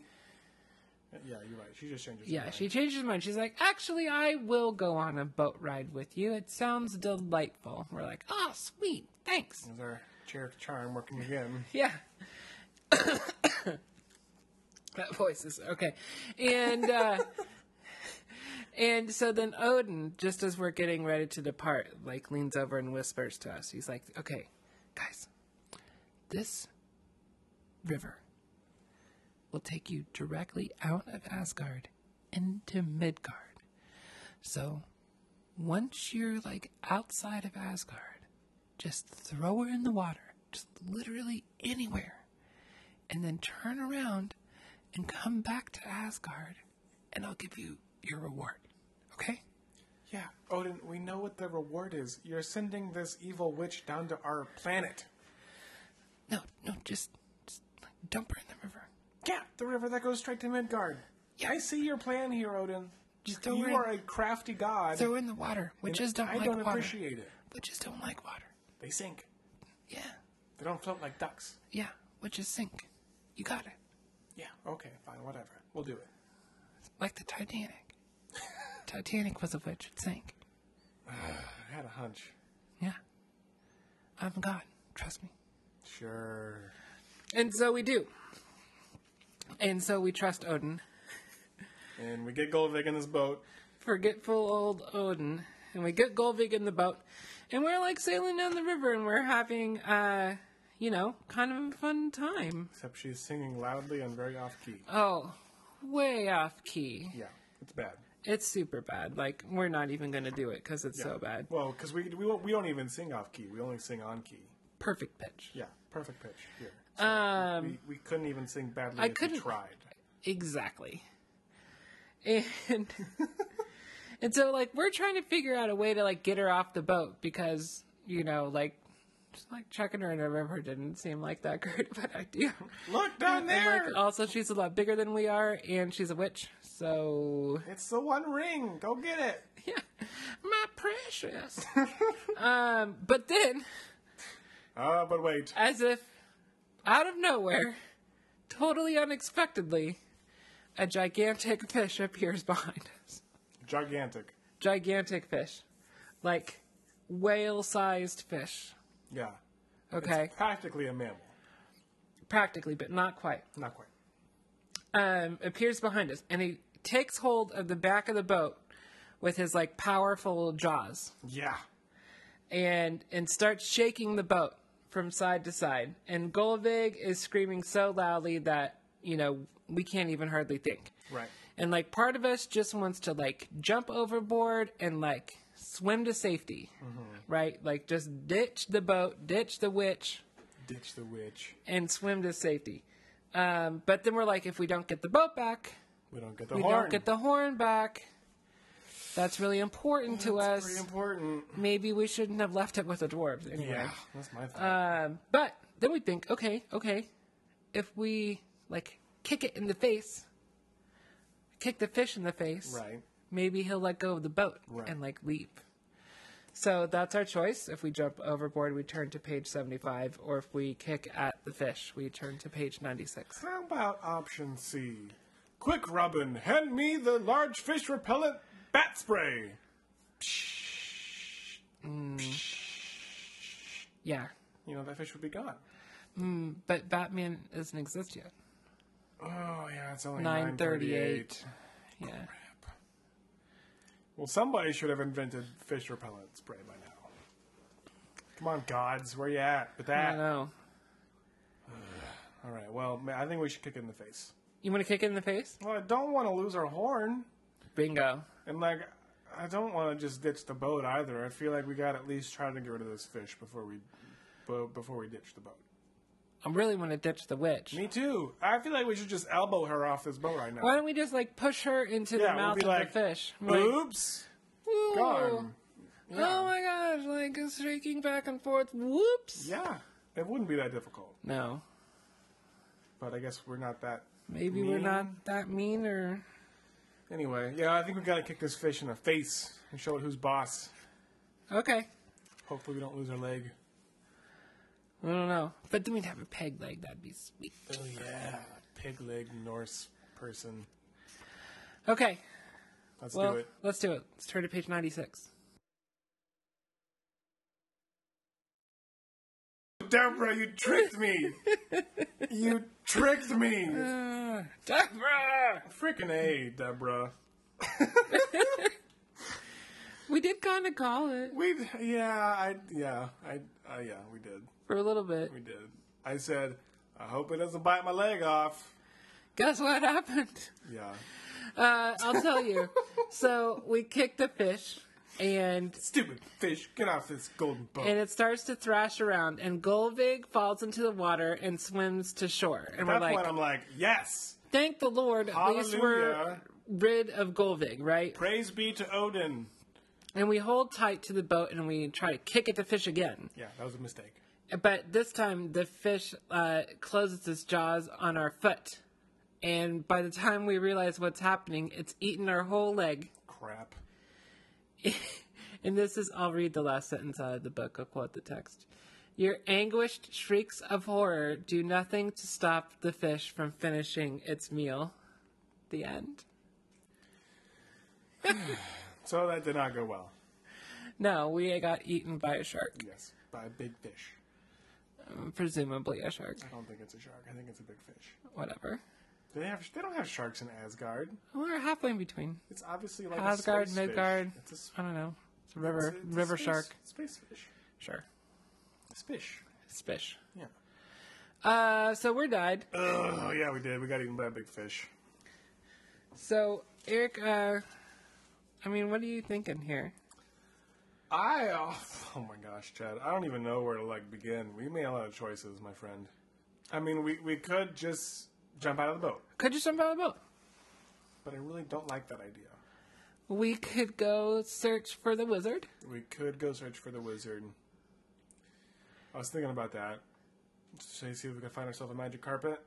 Yeah, you're right. She just changes. her
Yeah,
mind.
she changes her mind. She's like, actually, I will go on a boat ride with you. It sounds delightful. We're like, oh, sweet. Thanks.
There's our Cherokee charm working again.
Yeah. that voice is okay. And, uh, and so then Odin, just as we're getting ready to depart, like leans over and whispers to us. He's like, okay, guys, this river will take you directly out of Asgard into Midgard. So once you're like outside of Asgard, just throw her in the water, just literally anywhere, and then turn around and come back to Asgard, and I'll give you your reward. Okay?
Yeah, Odin, we know what the reward is. You're sending this evil witch down to our planet.
No, no, just, just like, dump her in the river.
Yeah, the river that goes straight to Midgard.
Yeah.
I see your plan here, Odin.
Just throw
you
her in-
are a crafty god.
Throw her in the water. Witches don't
I
like
don't
water.
appreciate it.
Witches don't like water.
They sink.
Yeah,
They don't float like ducks.
yeah. Witches sink. You got it.
Yeah, okay, fine, whatever. We'll do it.
Like the Titanic. Titanic was a witch. It sank.
I had a hunch.
Yeah. I'm a god. Trust me.
Sure.
And so we do. And so we trust Odin.
And we get Goldvig in this boat.
forgetful old Odin, and we get Golvig in the boat, and we're like sailing down the river, and we're having, uh, you know, kind of a fun time.
Except she's singing loudly and very off key.
Oh, way off key.
Yeah, it's bad.
It's super bad. Like we're not even gonna do it because it's
Yeah.
so bad.
Well, because we, we, won't- we don't even sing off key, we only sing on key.
Perfect pitch.
Yeah, perfect pitch here. So
Um,
we, we couldn't even sing badly
I
if
couldn't-
we tried.
Exactly. And And so like we're trying to figure out a way to like get her off the boat because you know like just like checking her in her river didn't seem like that great of an idea.
Look down
And,
there.
like also she's a lot bigger than we are and she's a witch. So
it's the one ring. Go get it.
yeah, my precious. um, but then
Uh, but wait.
as if out of nowhere, totally unexpectedly, a gigantic fish appears behind us.
Gigantic.
Gigantic fish. Like whale sized fish.
Yeah.
Okay.
Practically a mammal.
Practically, but not quite.
Not quite.
Um, appears behind us and he takes hold of the back of the boat with his like powerful jaws
Yeah.
and and starts shaking the boat from side to side. And Golvig is screaming so loudly that, you know, we can't even hardly think.
Right.
And like part of us just wants to like jump overboard and like swim to safety,
Mm-hmm.
right? Like just ditch the boat, ditch the witch,
Ditch the witch.
and swim to safety. Um, but then we're like, if we don't get the boat back,
We don't get the
we
horn.
don't get the horn back. That's really important to
That's
us.
pretty important.
Maybe we shouldn't have left it with the dwarves anyway.
Yeah. That's my thought.
Um, but then we think, okay, okay, if we like kick it in the face, kick the fish in the face,
right.
maybe he'll let go of the boat
Right.
and like leave. So that's our choice. If we jump overboard, we turn to page 75, or if we kick at the fish, we turn to page 96.
How about option C? Quick, Robin, hand me the large fish repellent bat spray.
Yeah.
You know, that fish would be gone.
But Batman doesn't exist yet.
Oh, yeah, it's only
938.
938.
Yeah.
Well, somebody should have invented fish repellent spray by now. Come on, gods, where you at with
I
that?
don't know.
All right, well, ma- I think we should kick it in the face.
You want to kick it in the face?
Well, I don't want to lose our horn,
Bingo.
and like, I don't want to just ditch the boat either. I feel like we got to at least try to get rid of this fish before we, bo- before we ditch the boat.
I really want to ditch the witch.
Me too. I feel like we should just elbow her off this boat right now.
Why don't we just like push her into
Yeah,
the
we'll
mouth
be
of
like,
the fish? I'm like,
Oops,
"Ooh."
gone.
Oh my gosh, like it's shaking back and forth. Whoops.
Yeah, it wouldn't be that difficult.
No.
But I guess we're not that.
Maybe we're
Mean?
not that mean or
Anyway, yeah, I think we gotta kick this fish in the face and show it who's boss.
Okay.
Hopefully, we don't lose our leg.
I don't know. But then we'd have a peg leg, that'd be sweet.
Oh yeah, pig leg Norse person.
Okay.
Let's
well
do it.
let's do it. Let's turn to page ninety six.
Deborah, you tricked me. you tricked me.
Uh, Deborah!
Freaking a, Deborah.
We did kinda call it
We yeah, I yeah, I uh, yeah, we did,
for a little bit.
we did. I said, I hope it doesn't bite my leg off.
Guess what happened?
Yeah,
Uh, I'll tell you. so we kicked the fish and
stupid fish, get off this golden boat.
and it starts to thrash around and Golvig falls into the water and swims to shore. And
That's
we're like,
when I'm like, yes,
thank the Lord, at least we're
Hallelujah.
rid of Golvig, right?
praise be to Odin.
And we hold tight to the boat and we try to kick at the fish again.
Yeah, that was a mistake.
But this time the fish uh, closes its jaws on our foot. And by the time we realize what's happening, it's eaten our whole leg.
Crap.
And this is, I'll read the last sentence out of the book. I'll quote the text. Your anguished shrieks of horror do nothing to stop the fish from finishing its meal. The end.
So that did not go well.
No, we got eaten by a shark.
Yes, by a big fish.
Presumably a shark.
I don't think it's a shark. I think it's a big fish.
Whatever.
They have. They don't have sharks in Asgard.
We're halfway in between.
It's obviously like a
Asgard,
space
Midgard.
Fish. It's a, s-
I don't know. It's a
it's
river.
a- it's a
river
space-
shark.
Space fish.
Sure.
It's fish.
It's fish.
Yeah.
Uh, so we're died.
Oh yeah, we did. We got eaten by a big fish.
So, Eric, uh, I mean, what are you thinking here?
I. Oh, oh my gosh, Chad. I don't even know where to like begin. We made a lot of choices, my friend. I mean, we we could just jump out of the boat,
Could you jump out of the boat?
but I really don't like that idea.
We could go search for the wizard.
We could go search for the wizard. I was thinking about that. So see if we could find ourselves a magic carpet.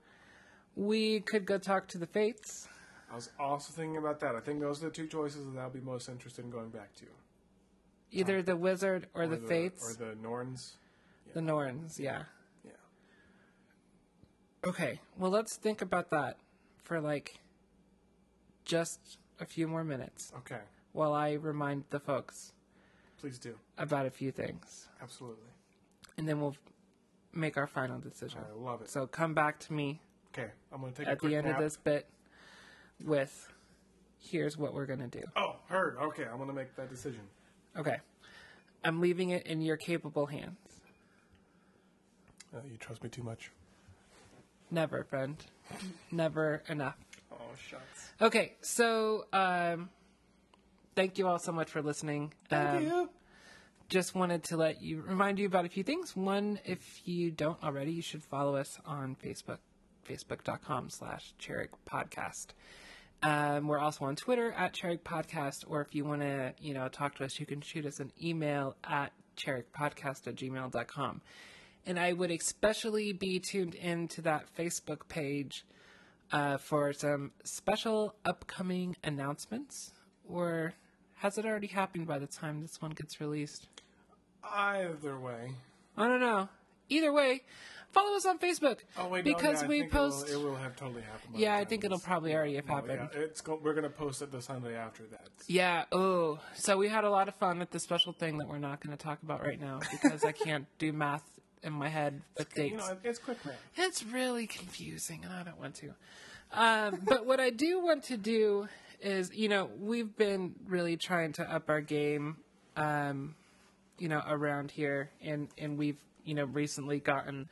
We could go talk to the fates.
I was also thinking about that. I think those are the two choices that I'll be most interested in going back to.
Either the wizard or, the,
Or
fates.
or the Norns.
the Norns, yeah.
Yeah.
Okay, well, let's think about that for like just a few more minutes
Okay.
while I remind the folks
Please do.
about a few things.
Absolutely.
And then we'll make our final decision.
I love it.
So come back to me
okay, I'm gonna take a
at
quick
the end
nap.
of this bit with here's what we're going to do.
Oh, heard. Okay, I'm gonna make that decision.
Okay. I'm leaving it in your capable hands.
Uh, you trust me too much.
Never, friend. Never enough.
Oh, shucks.
Okay, so um, thank you all so much for listening. um,
you.
Just wanted to let you remind you about a few things. One, if you don't already, you should follow us on Facebook, facebook.com slash Cherik Podcast. Um, we're also on Twitter at Cherik Podcast, or if you want to, you know, talk to us, you can shoot us an email at cherikpodcast at gmail.com. And I would especially be tuned into that Facebook page uh, for some special upcoming announcements, or has it already happened by the time this one gets released?
Either way.
I don't know. Either way, follow us on Facebook
Oh wait, no,
because
yeah, I
we
think it will-
post.
It will, have totally happened. by
yeah,
the
I
time
think it'll
this-
probably already have
Oh,
happened.
yeah, it's go- we're gonna post it the Sunday after that.
yeah. Oh, so we had a lot of fun at the special thing that we're not going to talk about right now because I can't do math in my head with dates.
You know, it's quick now.
It's really confusing, and I don't want to. Um, but what I do want to do is, you know, we've been really trying to up our game, um, you know, around here, and and we've you know recently gotten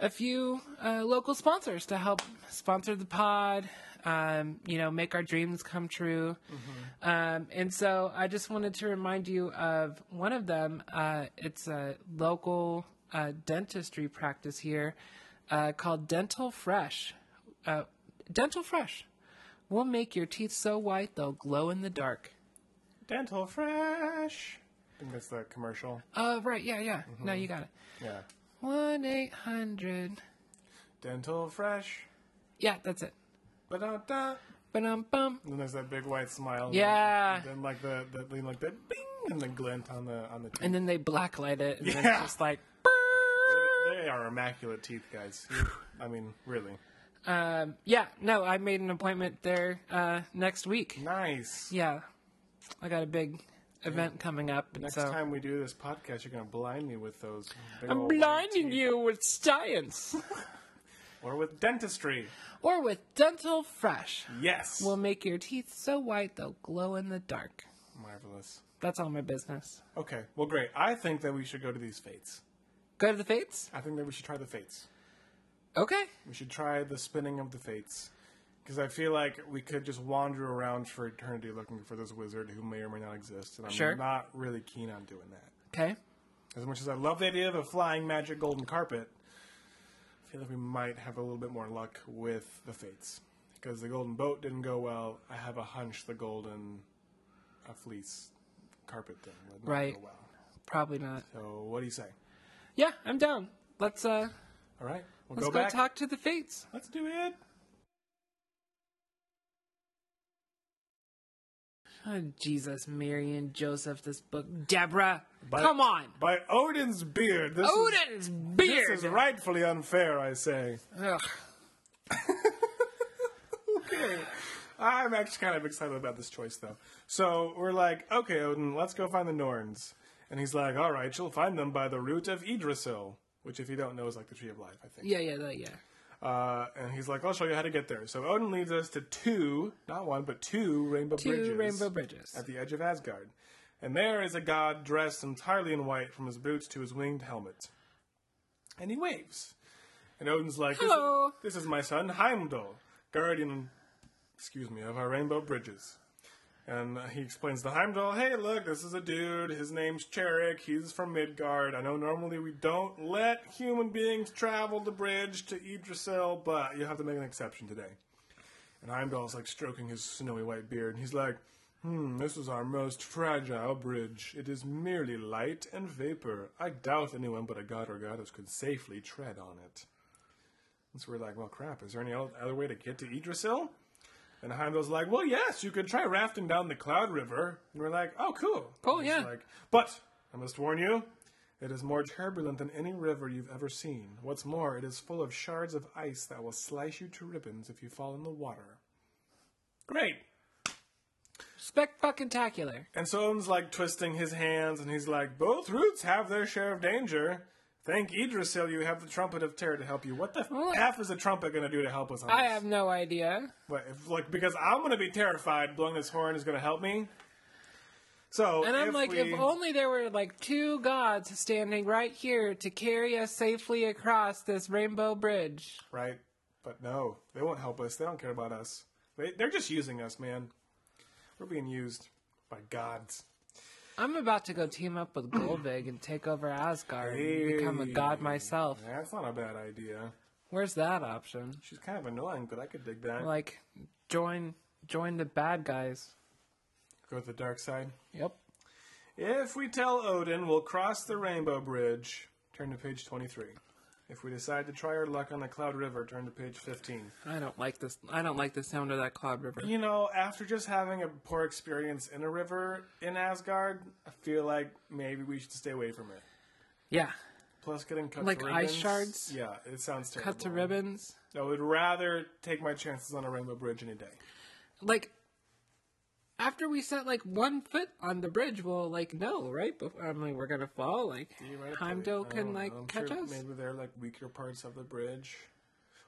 a few uh, local sponsors to help sponsor the pod, um, you know, make our dreams come true. Um, and so I just wanted to remind you of one of them. Uh, it's a local uh, dentistry practice here uh, called Dental Fresh. Uh, Dental Fresh will make your teeth so white they'll glow in the dark.
Dental Fresh. I think that's the commercial.
Oh, right. Yeah, yeah. No, you got it.
Yeah.
1 800.
Dental Fresh.
Yeah, that's it.
But da.
Ba dum bum.
Then there's that big white smile.
Yeah.
And then like the, the then like that bing and the glint on the on the teeth.
And then they blacklight it, and then
Yeah.
it's just like.
they are immaculate teeth, guys. You- I mean, really
Um, yeah, no, I made an appointment there uh, next week.
nice.
Yeah, I got a big event coming up, and
Next
so
time we do this podcast, you're gonna blind me with those. Big
I'm
old white
blinding
teeth.
you with science
Or with dentistry.
or with Dental Fresh.
Yes.
Will make your teeth so white they'll glow in the dark.
Marvelous.
That's all my business.
Okay. Well, great. I think that we should go to these fates.
Go to the fates.
I think that we should try the fates.
Okay.
We should try the spinning of the fates. Because I feel like we could just wander around for eternity looking for this wizard who may or may not exist. And I'm
Sure.
not really keen on doing that.
Okay.
As much as I love the idea of a flying magic golden carpet, I feel like we might have a little bit more luck with the fates. Because the golden boat didn't go well. I have a hunch the golden uh, fleece carpet thing would not
Right.
go well.
Probably not.
So, what do you say?
Yeah, I'm down. Let's uh,
All right. We'll
let's
go
go
back.
talk to the fates.
Let's do it.
Oh, Jesus, Mary and Joseph, this book. Deborah,
By-
come on.
By Odin's beard. This is-
Odin's beard.
This is rightfully unfair, I say.
Ugh.
I'm actually kind of excited about this choice, though. So we're like, okay, Odin, let's go find the Norns. And he's like, all right, you'll find them by the root of Yggdrasil, which, if you don't know, is like the tree of life, I think.
Yeah, yeah, that- yeah.
Uh, and he's like, I'll show you how to get there. So Odin leads us to two, not one, but two rainbow
Two
bridges.
rainbow bridges.
At the edge of Asgard. And there is a god dressed entirely in white from his boots to his winged helmet. And he waves. And Odin's like, this is-
Hello.
This, is my son Heimdall, guardian, excuse me, of our rainbow bridges. And uh, he explains to Heimdall, hey, look, this is a dude. His name's Cherik. He's from Midgard. I know normally we don't let human beings travel the bridge to Yggdrasil, but you'll have to make an exception today. And Heimdall's like stroking his snowy white beard, and he's like, This is our most fragile bridge. It is merely light and vapor. I doubt anyone but a god or goddess could safely tread on it. And so we're like, well, crap, is there any o- other way to get to Yggdrasil? And Heimdall's like, well, yes, you could try rafting down the Cloud River. And we're like, oh, cool.
Cool,
And
yeah.
he's Like, but I must warn you, it is more turbulent than any river you've ever seen. What's more, it is full of shards of ice that will slice you to ribbons if you fall in the water. Great.
Spec fucking tacular.
And so Odin's like twisting his hands, and he's like, "Both routes have their share of danger. Thank Yggdrasil, you have the trumpet of terror to help you. What the
Well,
f is a trumpet gonna do to help us on
I
this?
have no idea.
But if, like, because I'm gonna be terrified. Blowing this horn is gonna help me. So,
And I'm
if
like,
we,
if only there were like two gods standing right here to carry us safely across this rainbow bridge.
right? But no, they won't help us. They don't care about us. They, they're just using us, man. We're being used by gods.
I'm about to go team up with Golvig and take over Asgard and become a god myself.
That's not a bad idea.
Where's that option?
She's kind of annoying, but I could dig that.
Like, join join the bad guys.
Go to the dark side.
Yep.
If we tell Odin, we'll cross the Rainbow Bridge. Turn to page 23. If we decide to try our luck on the Cloud River, turn to page 15.
I don't like this. I don't like the sound of that cloud river.
You know, after just having a poor experience in a river in Asgard, I feel like maybe we should stay away from it.
Yeah.
Plus, getting cut
Like
to
ice
ribbons-
shards?
Yeah, it sounds terrible.
Cut to ribbons.
I would rather take my chances on a Rainbow Bridge any day.
Like, after we set like one foot on the bridge, we'll like know, right? Bef- I mean, we're gonna fall. Like, Heimdall
I
can
don't
like
know. I'm
catch
sure
us.
Maybe they're like weaker parts of the bridge.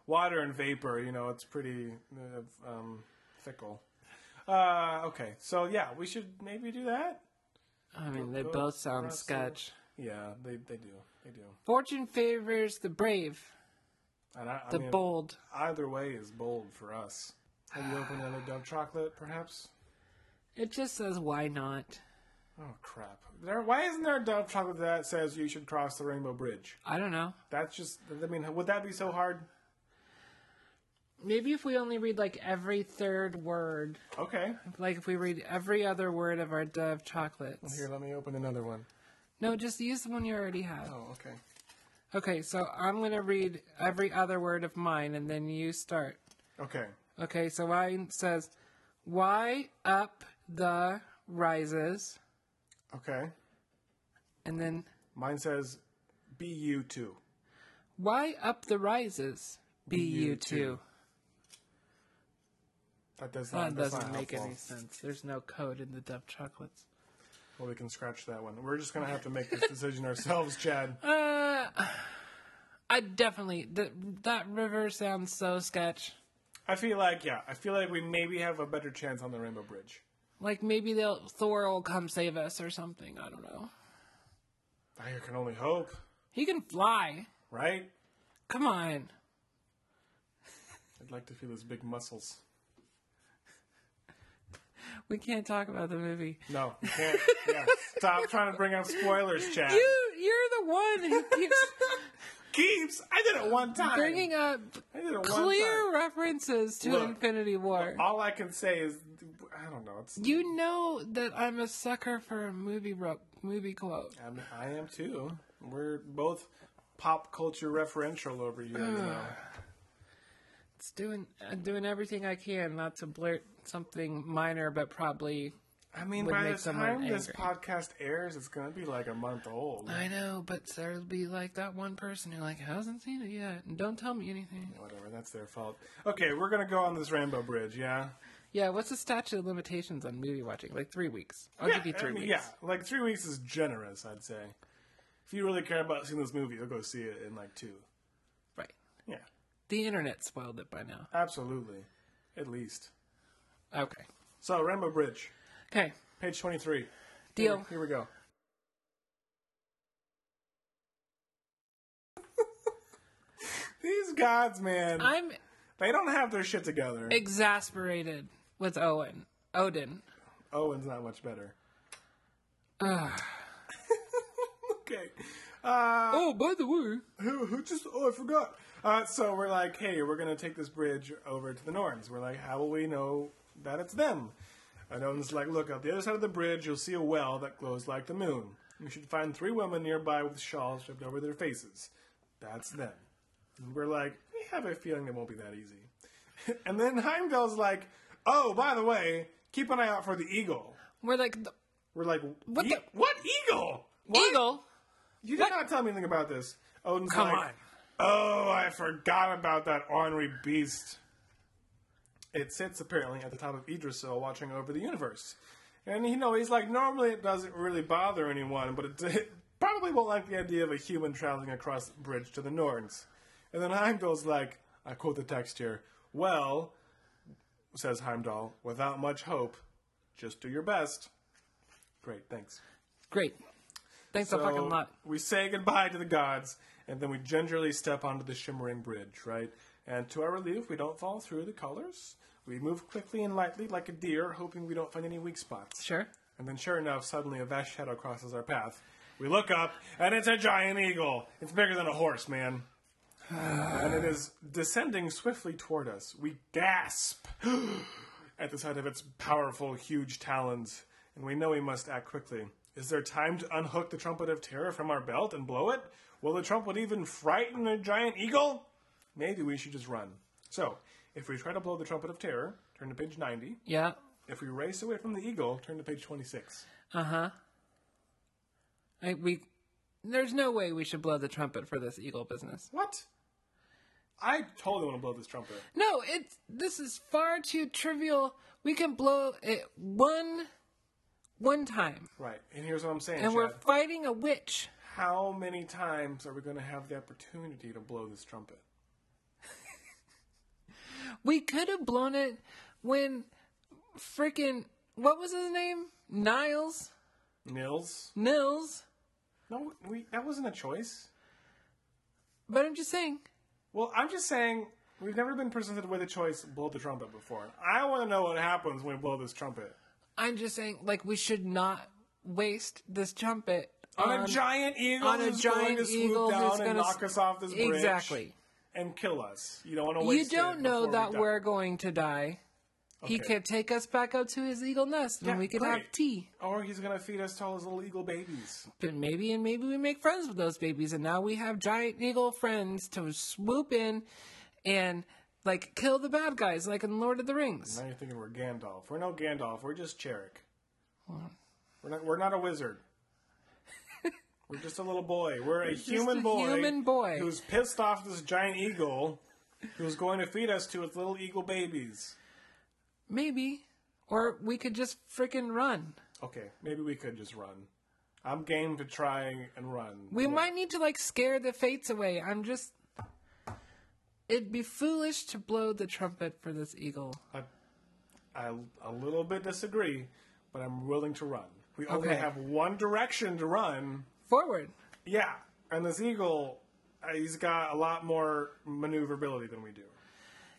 Water and vapor, you know, it's pretty uh, um, fickle. Uh, okay, so yeah, we should maybe do that.
I mean, they
Go
both sound
across the-
sketch.
Yeah, they, they do. They do.
Fortune favors the brave,
And I, I
the
mean,
bold.
Either way is bold for us. Have you opened another Dove chocolate, perhaps?
It just says, "Why not?"
Oh, crap. There, why isn't there a Dove chocolate that says you should cross the Rainbow Bridge?
I don't know.
That's just, I mean, would that be so hard?
Maybe if we only read like every third word,
Okay.
like if we read every other word of our Dove chocolates.
Here, let me open another one.
No, just use the one you already have.
Oh, okay.
Okay, so I'm gonna read every other word of mine, and then you start.
Okay.
Okay, so mine says, "Why up the rises,"
Okay.
and then
Mine says BU two.
"Why up the rises." Be you
too.
too.
That does not,
That
that's
doesn't
not
make
helpful.
any sense. There's no code in the Dove chocolates.
Well, we can scratch that one. We're just gonna have to make this decision ourselves, Chad.
Uh, I definitely that that river sounds so sketch.
I feel like yeah, I feel like we maybe have a better chance on the Rainbow Bridge.
Like maybe they'll Thor will come save us or something. I don't know.
I can only hope,
He can fly.
right?
Come on.
I'd like to feel his big muscles.
We can't talk about the movie.
No, you can't. yeah, stop trying to bring up spoilers, Chad.
You, you're the one who keeps
Keeps. I did it one time.
bringing up
I did it one
clear
time.
references to
Look,
Infinity War.
All I can say is, I don't know. It's
you know that I'm a sucker for a movie ro- movie quote.
I'm, I am too. We're both pop culture referential over here. you know.
It's doing I'm doing everything I can not to blurt something minor, but probably
I mean,
would
by
make
the time
someone
this
angry.
podcast airs, it's going to be like a month old.
I know, but there'll be like that one person who like hasn't seen it yet, and don't tell me anything.
Whatever, that's their fault. Okay, we're going to go on this Rainbow Bridge, yeah?
Yeah, what's the statute of limitations on movie watching? Like three weeks. I'll give you
I
three
mean,
weeks.
Yeah, like three weeks is generous, I'd say. If you really care about seeing this movie, you'll go see it in like two.
Right.
Yeah,
The internet spoiled it by now.
absolutely. At least.
Okay.
So, Rainbow Bridge,
Okay.
page 23.
Deal.
Here we go. These gods, man,
I'm
they don't have their shit together.
exasperated with Owen. Odin.
Owen's not much better.
Ugh.
Okay. Uh,
Oh, by the way,
who, who just, oh, I forgot. Uh, so we're like, hey, we're going to take this bridge over to the Norns. We're like, how will we know that it's them? And Odin's like, Look, on the other side of the bridge, you'll see a well that glows like the moon. You should find three women nearby with shawls shoved over their faces. That's them. And we're like, We have a feeling it won't be that easy. and then Heimdall's like, Oh, by the way, keep an eye out for the eagle.
We're like, the
We're like, What,
the-
what eagle?
Eagle?
You did not tell me anything about this. Odin's
Come
like,
on.
Oh, I forgot about that ornery beast. It sits apparently at the top of Yggdrasil, watching over the universe. And you know, he's like, normally it doesn't really bother anyone, but it, it probably won't like the idea of a human traveling across the bridge to the Norns. And then Heimdall's like, I quote the text here. Well, says Heimdall, without much hope, just do your best. Great, thanks.
Great. Thanks a
So
fucking lot.
We say goodbye to the gods, and then we gingerly step onto the shimmering bridge, right? And to our relief, we don't fall through the colors. We move quickly and lightly like a deer, hoping we don't find any weak spots.
Sure.
And then, sure enough, suddenly a vast shadow crosses our path. We look up, and it's a giant eagle. It's bigger than a horse, man. and it is descending swiftly toward us. We gasp at the sight of its powerful, huge talons, and we know we must act quickly. Is there time to unhook the trumpet of terror from our belt and blow it? Will the trumpet even frighten a giant eagle? Maybe we should just run. So, if we try to blow the trumpet of terror, turn to page 90.
Yeah.
If we race away from the eagle, turn to page 26.
Uh huh. I, we. There's no way we should blow the trumpet for this eagle business.
What? I totally want to blow this trumpet.
No, it's this is far too trivial. We can blow it one, one time,
Right, and here's what I'm saying,
and we're
Chad.
fighting a witch.
How many times are we going to have the opportunity to blow this trumpet?
We could have blown it when freaking what was his name? Niles,
Nils?
Nils.
No, we, that wasn't a choice.
But I'm just saying,
Well, I'm just saying we've never been presented with a choice blow the trumpet before. I want to know what happens when we blow this trumpet
I'm just saying, like we should not waste this trumpet
on, a giant eagle
Um, on a
who's going
giant
to swoop
eagle
down
who's
and
going to
knock us off this bridge
Exactly.
and kill us. You don't want to
You
waste.
don't
it
know
before
that
we die.
we're going to die. He
Okay.
could take us back up to his eagle nest,
Yeah,
and we could have
great.
tea.
Or he's going to feed us to all his little eagle babies.
But maybe and maybe we make friends with those babies, and now we have giant eagle friends to swoop in and like kill the bad guys, like in Lord of the Rings.
Now you're thinking we're Gandalf. We're no Gandalf. We're just Cherik. We're not. We're not a wizard. we're just a little boy. We're a human
a
boy.
human boy.
who's pissed off this giant eagle, who's going to feed us to its little eagle babies.
Maybe, or we could just freaking run.
Okay, maybe we could just run. I'm game to try and run.
We might need to like scare the fates away. I'm just. It'd be foolish to blow the trumpet for this eagle.
I, I a little bit disagree, but I'm willing to run. We only
Okay.
have one direction to run.
Forward.
Yeah, and this eagle, uh, he's got a lot more maneuverability than we do.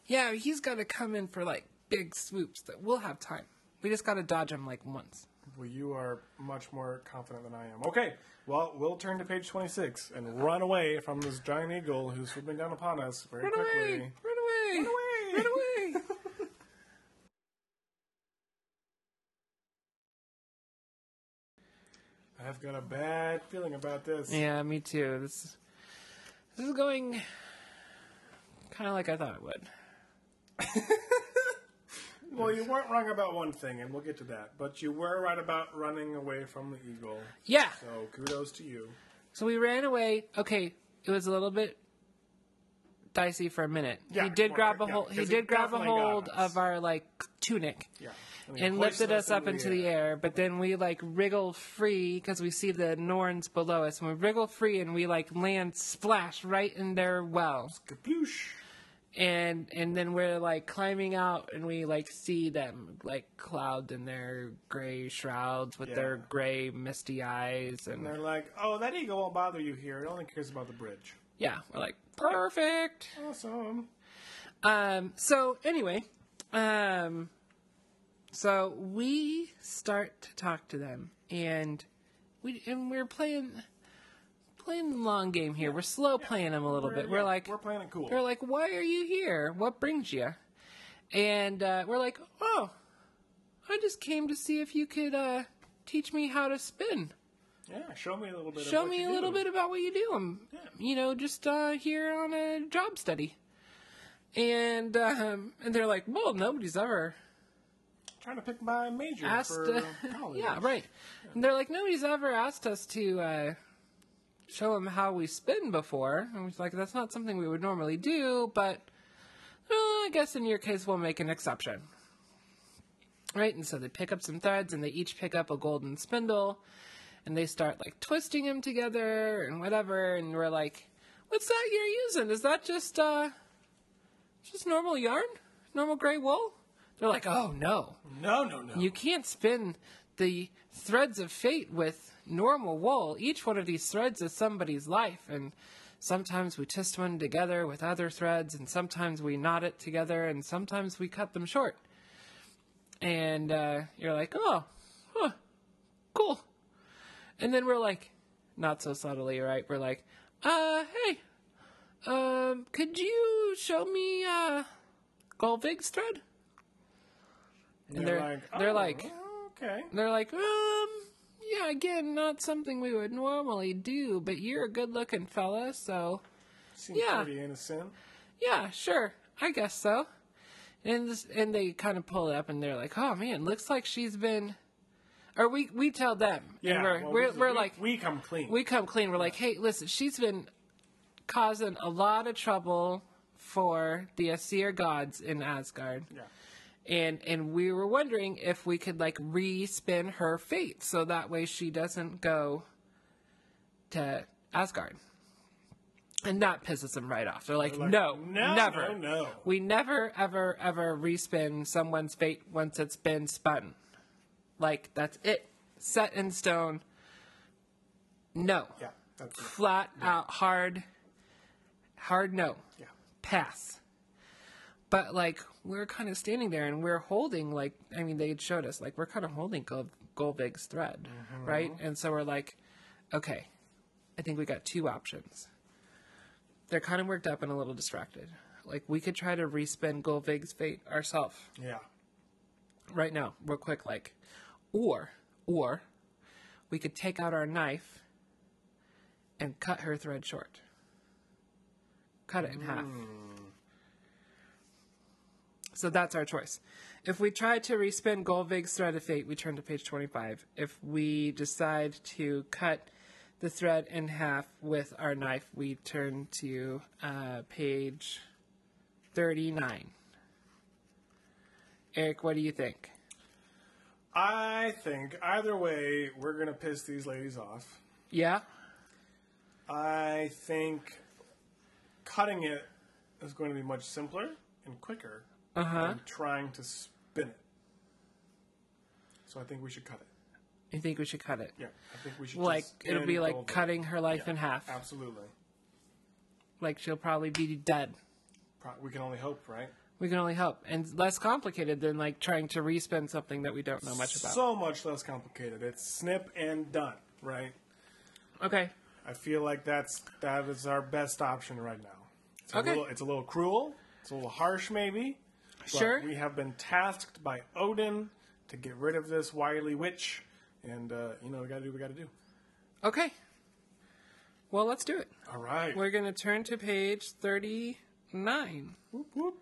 Yeah, he's got to come in for like big swoops that we'll have time. We just got to dodge him like once.
Well, you are much more confident than I am. Okay, well, we'll turn to page 26 and run away from this giant eagle who's swooping down upon us very
Run
quickly.
away! Run away!
Run
Run away!
I've got a bad feeling about this.
yeah, me too. This this is going kind of like I thought it would.
Well, you weren't wrong about one thing, and we'll get to that, but you were right about running away from the eagle.
Yeah.
So kudos to you.
So we ran away. Okay, it was a little bit dicey for a minute.
Yeah,
he did
well,
grab a
yeah,
hold. He
'cause he
did grab a
definitely got
hold
us.
of our like tunic.
Yeah. he
and
hoisted
lifted us up into the air. But then we like wriggle free because we see the Norns below us, and we wriggle free and we like land splash right in their well.
uh, Kaploosh.
And and then we're like climbing out, and we like see them like cloud in their gray shrouds with their
Yeah.
gray misty eyes, and
They're like, oh, that eagle won't bother you here. It only cares about the bridge.
yeah, we're like perfect.
Awesome.
Um, so anyway, um, so we start to talk to them, and we and we're playing playing the long game here. We're slow playing them a little bit. We're
yeah,
like
we're playing it cool.
they're like, why are you here? What brings you? And uh, we're like, oh, I just came to see if you could uh, teach me how to spin.
Yeah, show me a little bit.
Show
of what
me
you
a little
do.
bit about what you do. I'm, you know, just uh, here on a job study." And um, and they're like, "Well, nobody's ever
Trying to pick my major
asked.
for
uh,
college.
yeah, right. And they're like, nobody's ever asked us to uh, show them how we spin before. And was like, that's not something we would normally do, but well, I guess in your case, we'll make an exception. Right? And so they pick up some threads and they each pick up a golden spindle and they start like twisting them together and whatever. And we're like, what's that you're using? Is that just, uh, just normal yarn? Normal gray wool? They're like, oh no.
No, no, no.
You can't spin the threads of fate with normal wool. Each one of these threads is somebody's life, and sometimes we twist one together with other threads, and sometimes we knot it together, and sometimes we cut them short. And uh, you're like, oh, huh, cool. And then we're like, not so subtly, right? We're like, uh, hey, um, could you show me uh, Golvig's thread?
And
they're- they're
oh,
like-
okay.
And they're like, um, yeah, again, not something we would normally do, but you're a good looking fella, so
Seems
yeah.
pretty innocent.
yeah, sure, I guess so. And this, and they kind of pull it up and they're like, oh man, looks like she's been. Or we, we tell them. and
Yeah,
we're,
well,
we're,
we-
we're
we-
like,
we come clean.
we come clean. We're like, hey, listen, she's been causing a lot of trouble for the Asir gods in Asgard.
yeah.
and and we were wondering if we could like re-spin her fate so that way she doesn't go to Asgard. And that pisses them right off. They're like,
like,
no,
"No,
never.
no, no."
We never, ever, ever respin someone's fate once it's been spun. Like, that's it. Set in stone. No.
Yeah. That's it.
Flat out, hard, hard no
Yeah.
pass. But like we're kind of standing there and we're holding like I mean they had showed us like we're kind of holding Gol- Golvig's thread, right? And so we're like, okay, I think we got two options. They're kind of worked up and a little distracted. Like we could try to respin Golvig's fate ourselves
Yeah.
right now, real quick, like, or or we could take out our knife and cut her thread short, cut it in half. So that's our choice. If we try to respin Golvig's thread of fate, we turn to page twenty-five. If we decide to cut the thread in half with our knife, we turn to uh, page thirty-nine. Eric, what do you think?
I think either way, we're gonna piss these ladies off.
Yeah.
I think cutting it is going to be much simpler and quicker
Uh-huh.
than trying to spin it. So I think we should cut it.
You think we should cut it?
Yeah, I think we should.
Like
just
it'll be
spin
like
Goldberg.
cutting her life in half.
Absolutely.
Like she'll probably be dead.
Pro- we can only hope, right?
We can only hope, and less complicated than like trying to respin something that we don't know much about.
So much less complicated. It's snip and done, right?
okay.
I feel like that's that is our best option right now. It's a
Okay.
little it's a little cruel, it's a little harsh maybe. but
Sure.
We have been tasked by Odin to get rid of this wily witch and uh, you know, we got to do what we got to do.
Okay. Well, let's do it.
All right.
We're gonna turn to page thirty-nine.
Whoop, whoop.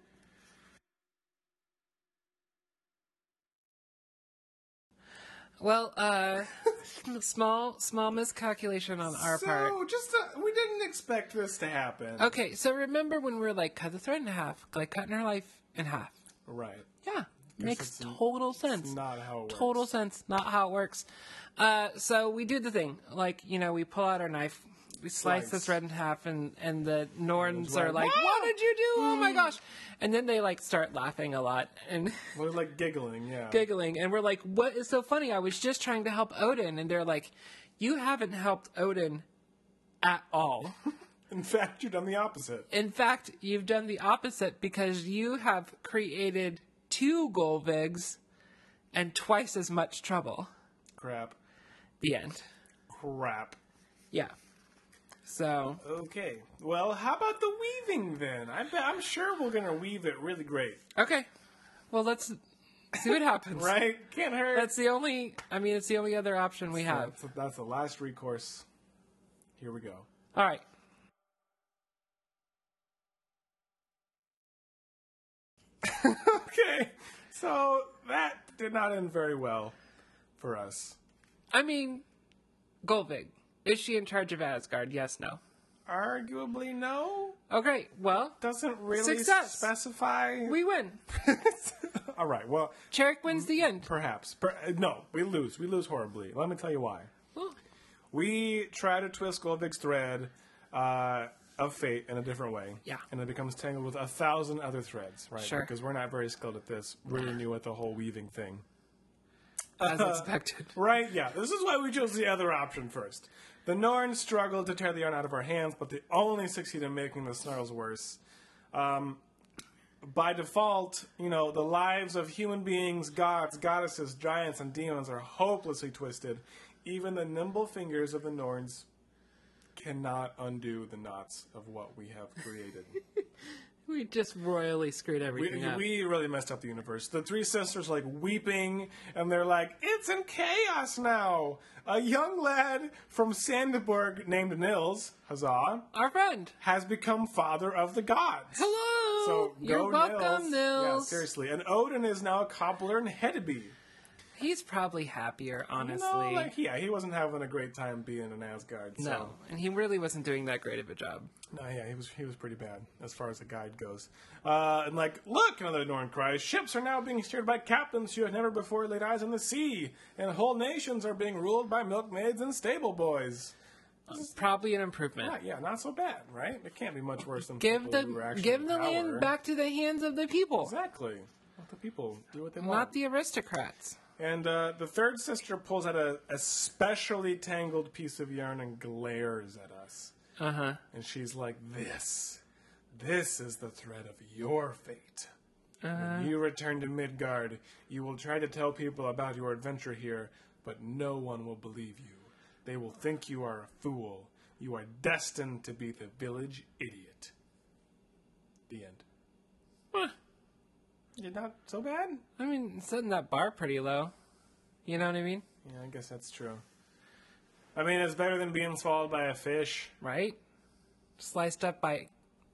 Well, uh, small small miscalculation on our
so,
part. Uh,
just uh, we didn't expect this to happen.
Okay, so remember when we were like cut the thread in half, like cutting her life in half.
Right.
Yeah, makes
it's n-
total sense.
Not how it works.
total sense. Not how it works. Uh, so we do the thing, like you know, we pull out our knife, we slice the
Slice.
thread in half, and and the Norns
like,
are like,
"Wow!"
"What did you do? Oh my gosh!" And then they like start laughing a lot and
We're like giggling, yeah.
giggling, and we're like, "What is so funny? I was just trying to help Odin," and they're like, "You haven't helped Odin." At all.
In fact, you've done the opposite.
In fact, you've done the opposite because you have created two Golvigs and twice as much trouble.
Crap.
The end.
Crap.
Yeah. So
Okay. Well, how about the weaving then? I bet, I'm sure we're gonna weave it really great.
okay, well let's See what happens.
right? Can't hurt.
That's the only. I mean, it's the only other option we have.
That's, that's the last recourse. Here we go.
All right.
Okay, so that did not end very well for us.
I mean, Golvig. Is she in charge of Asgard? Yes. No.
Arguably, no.
Okay. Well,
Doesn't really
Success.
specify.
we win.
All right. Well,
Cherrick wins the end.
perhaps. Per- uh, no, we lose. We lose horribly. Let me tell you why.
Well,
We try to twist Goldvig's thread uh, of fate in a different way.
Yeah.
And it becomes tangled with a thousand other threads, right?
Sure.
Because we're not very skilled at this. We're really new at the whole weaving thing.
as expected.
Right? Yeah. This is why we chose the other option first. The Norn struggled to tear the yarn out of our hands, but they only succeed in making the snarls worse. Um, by default, you know, the lives of human beings, gods, goddesses, giants, and demons are hopelessly twisted. Even the nimble fingers of the Norns cannot undo the knots of what we have created.
We just royally screwed everything
We,
up.
we really messed up the universe. The three sisters like weeping, and they're like, "It's in chaos now." A young lad from Sandborg named Nils, huzzah,
Our friend.
has become father of the gods.
Hello.
So
You're
go
welcome,
Nils. Yeah,
Nils.
seriously. And Odin is now a cobbler in Hedeby.
He's probably happier, honestly.
No, like, yeah, he wasn't having a great time being in Asgard. So.
No, and he really wasn't doing that great of a job.
No, Oh, yeah, he was he was pretty bad as far as the guide goes. Uh, and like, look, another Norn cries. Ships are now being steered by captains who have never before laid eyes on the sea, and whole nations are being ruled by milkmaids and stable boys.
Probably an improvement.
Yeah, yeah, not so bad, right? It can't be much worse than
Give
people
the
who were actually
give
in
the
power.
land back to the hands of the people,
Exactly. Let the people do what they want.
not the aristocrats.
And uh, the third sister pulls out a especially tangled piece of yarn and glares at us.
Uh huh.
And she's like, This, this is the thread of your fate. When you return to Midgard, you will try to tell people about your adventure here, but no one will believe you. They will think you are a fool. You are destined to be the village idiot. The end. You're not so bad?
I mean, setting that bar pretty low. You know what I mean,
Yeah, I guess that's true. I mean, it's better than being swallowed by a fish.
right? Sliced up by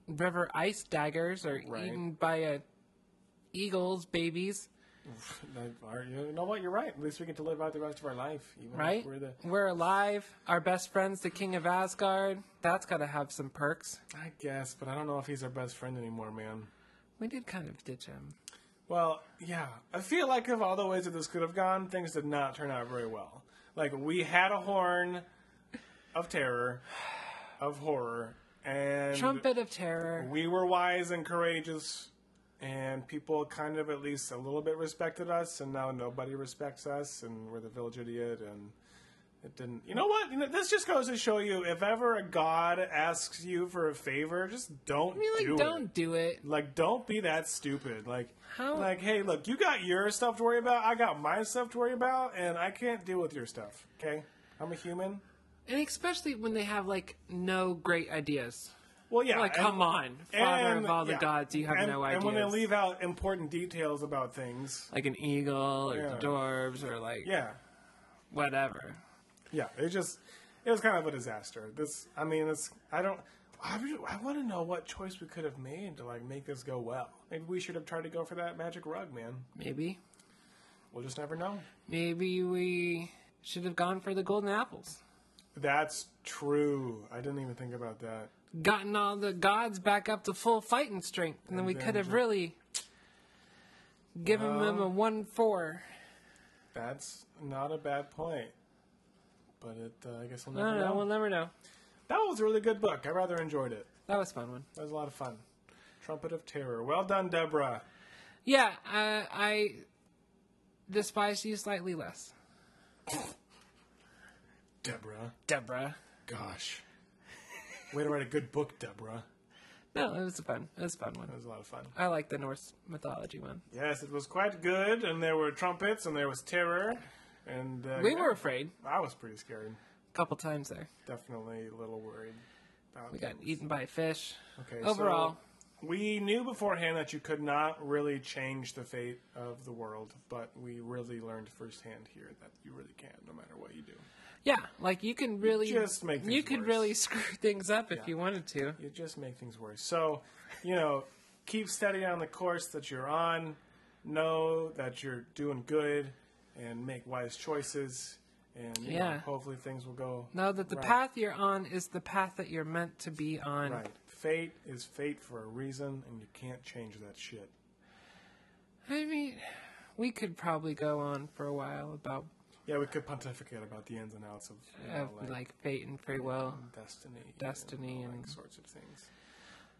river ice daggers or
Right.
eaten by a eagle's babies,
You know what? You're right. At least we get to live out the rest of our life. Even if
right?
We're the
We're alive. Our best friend's the king of Asgard. That's got to have some perks.
I guess, but I don't know if he's our best friend anymore, man.
We did kind of ditch him.
Well, yeah. I feel like of all the ways that this could have gone, things did not turn out very well. Like, we had a horn of terror, of horror, and
Trumpet of terror.
we were wise and courageous, and people kind of at least a little bit respected us, and now nobody respects us, and we're the village idiot, and it didn't. You know what? You know, this just goes to show you if ever a god asks you for a favor, just don't
I mean, like,
do it.
don't do it.
Like, don't be that stupid. Like,
How-
like, hey, look, you got your stuff to worry about. I got my stuff to worry about, and I can't deal with your stuff. Okay, I'm a human.
And especially when they have like no great ideas.
Well, yeah.
Like,
and-
come on, Father of all the gods, you have
and-
no
And when they
ideas.
leave out important details about things,
Like an eagle or
Yeah.
the dwarves or like
yeah,
whatever.
yeah, it just it was kind of a disaster. This, I mean, it's I don't. I, really- I want to know what choice we could have made to like make this go well. Maybe we should have tried to go for that magic rug, man.
Maybe.
We'll just never know.
Maybe we should have gone for the golden apples.
That's true. I didn't even think about that.
Gotten all the gods back up to full fighting strength, and then we
then
could have
just-
really given them a one four.
That's not a bad point. But it, uh, I guess we'll never
No, no,
know.
we'll never know.
That was a really good book. I rather enjoyed it.
That was a fun one.
That was a lot of fun. Trumpet of Terror. Well done, Deborah.
Yeah, uh, I despise you slightly less,
Deborah.
Deborah.
Gosh. Way to write a good book, Deborah.
No, it was a fun. It was a fun one.
That was a lot of fun.
I like the Norse mythology one.
Yes, it was quite good, and there were trumpets, and there was terror, and uh,
We
yeah,
were afraid
I was pretty scared.
a couple times there.
Definitely a little worried. About
We got eaten by a fish.
Okay,
Overall,
so We knew beforehand that you could not really change the fate of the world, but we really learned firsthand here that you really can, no matter what you do.
Yeah, like you can really
just make
you
things
could
worse.
really screw things up if you wanted to.
You just make things worse. So, you know, keep steady on the course that you're on. Know that you're doing good, and make wise choices. And you know,
Yeah.
hopefully things will go.
Know that the
right.
path you're on is the path that you're meant to be on.
Right. Fate is fate for a reason, and you can't change that shit.
I mean, we could probably go on for a while about
Yeah, we could pontificate about the ins and outs of you know,
of, like, fate and free will.
destiny,
Destiny
and all
and-
that sorts of things.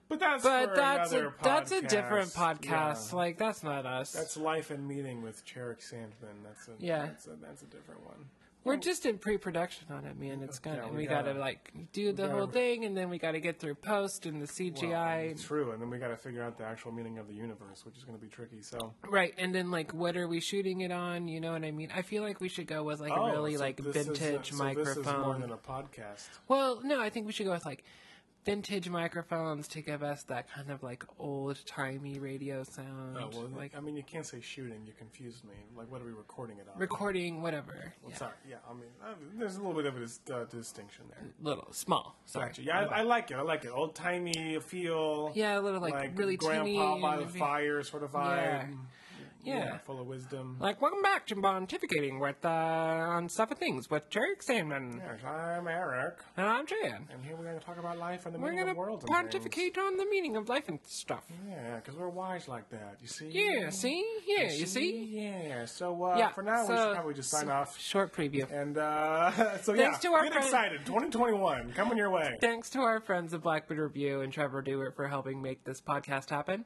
But that's
But
for
that's a,
another
that's a different
Yeah.
podcast. Like that's not us.
that's life and meeting with Cherik Sandman. That's a
Yeah.
That's a, that's a different one.
We're just in pre-production on it, man. It's gonna
Yeah,
we,
we
gotta,
gotta-
like do the
gotta-
whole thing, and then we gotta get through post and the
Well,
CGI.
True, and then we got to figure out the actual meaning of the universe, which is going to be tricky. So
Right, and then like, what are we shooting it on? You know what I mean? I feel like we should go with like a really
Oh, so
like
this is a-
vintage
so
microphone.
This is more than a podcast.
well, no, I think we should go with like vintage microphones to give us that kind of like old timey radio sound,
Oh, well,
like
like I mean, you can't say shooting. You confused me. Like, what are we recording it on?
recording, whatever.
Well,
Yeah,
Sorry. Yeah, I mean, uh, there's a little bit of a dis- uh, distinction there.
little small. Sorry.
Gotcha. Yeah, I, I like it. I like it. Old timey feel.
Yeah, a little, like, really
grandpa
teeny
by
and
the
it'd be-
fire sort of
Yeah.
vibe. Mm,
Yeah.
full of wisdom.
Like, welcome back to Pontificating with uh, on stuff and things with Jerry Sandman.
Yes, I'm Eric,
And I'm Jan.
and here we're going to talk about life and the
We're
meaning
gonna
of Mm-hmm. the world. and
pontificate on the meaning of life and stuff.
things. Yeah, because we're wise like that. You see?
Yeah, see? Yeah, you see?
Yeah. So uh,
Yeah.
for now, we
so-
should probably just sign
so-
off.
Short preview.
And uh, so yeah,
Thanks to our
get
friend-
excited. 2021 coming your way.
Thanks to our friends at Blackbird Review and Trevor Dewart for helping make this podcast happen.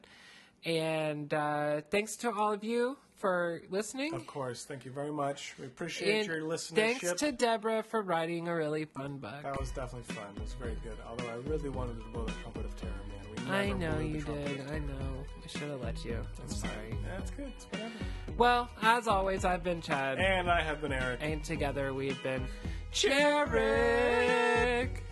And uh, thanks to all of you for listening.
Of course. Thank you very much. We appreciate
and
your listenership.
thanks to Deborah for writing a really fun book.
That was definitely fun. It was very good. Although I really wanted to blow the trumpet of terror, man. We never
I know
blew the
you
trumpet.
did. I know. I should have let you. I'm sorry.
That's good. It's whatever.
Well, as always, I've been Chad.
And I have been Eric.
and together we've been Cherick.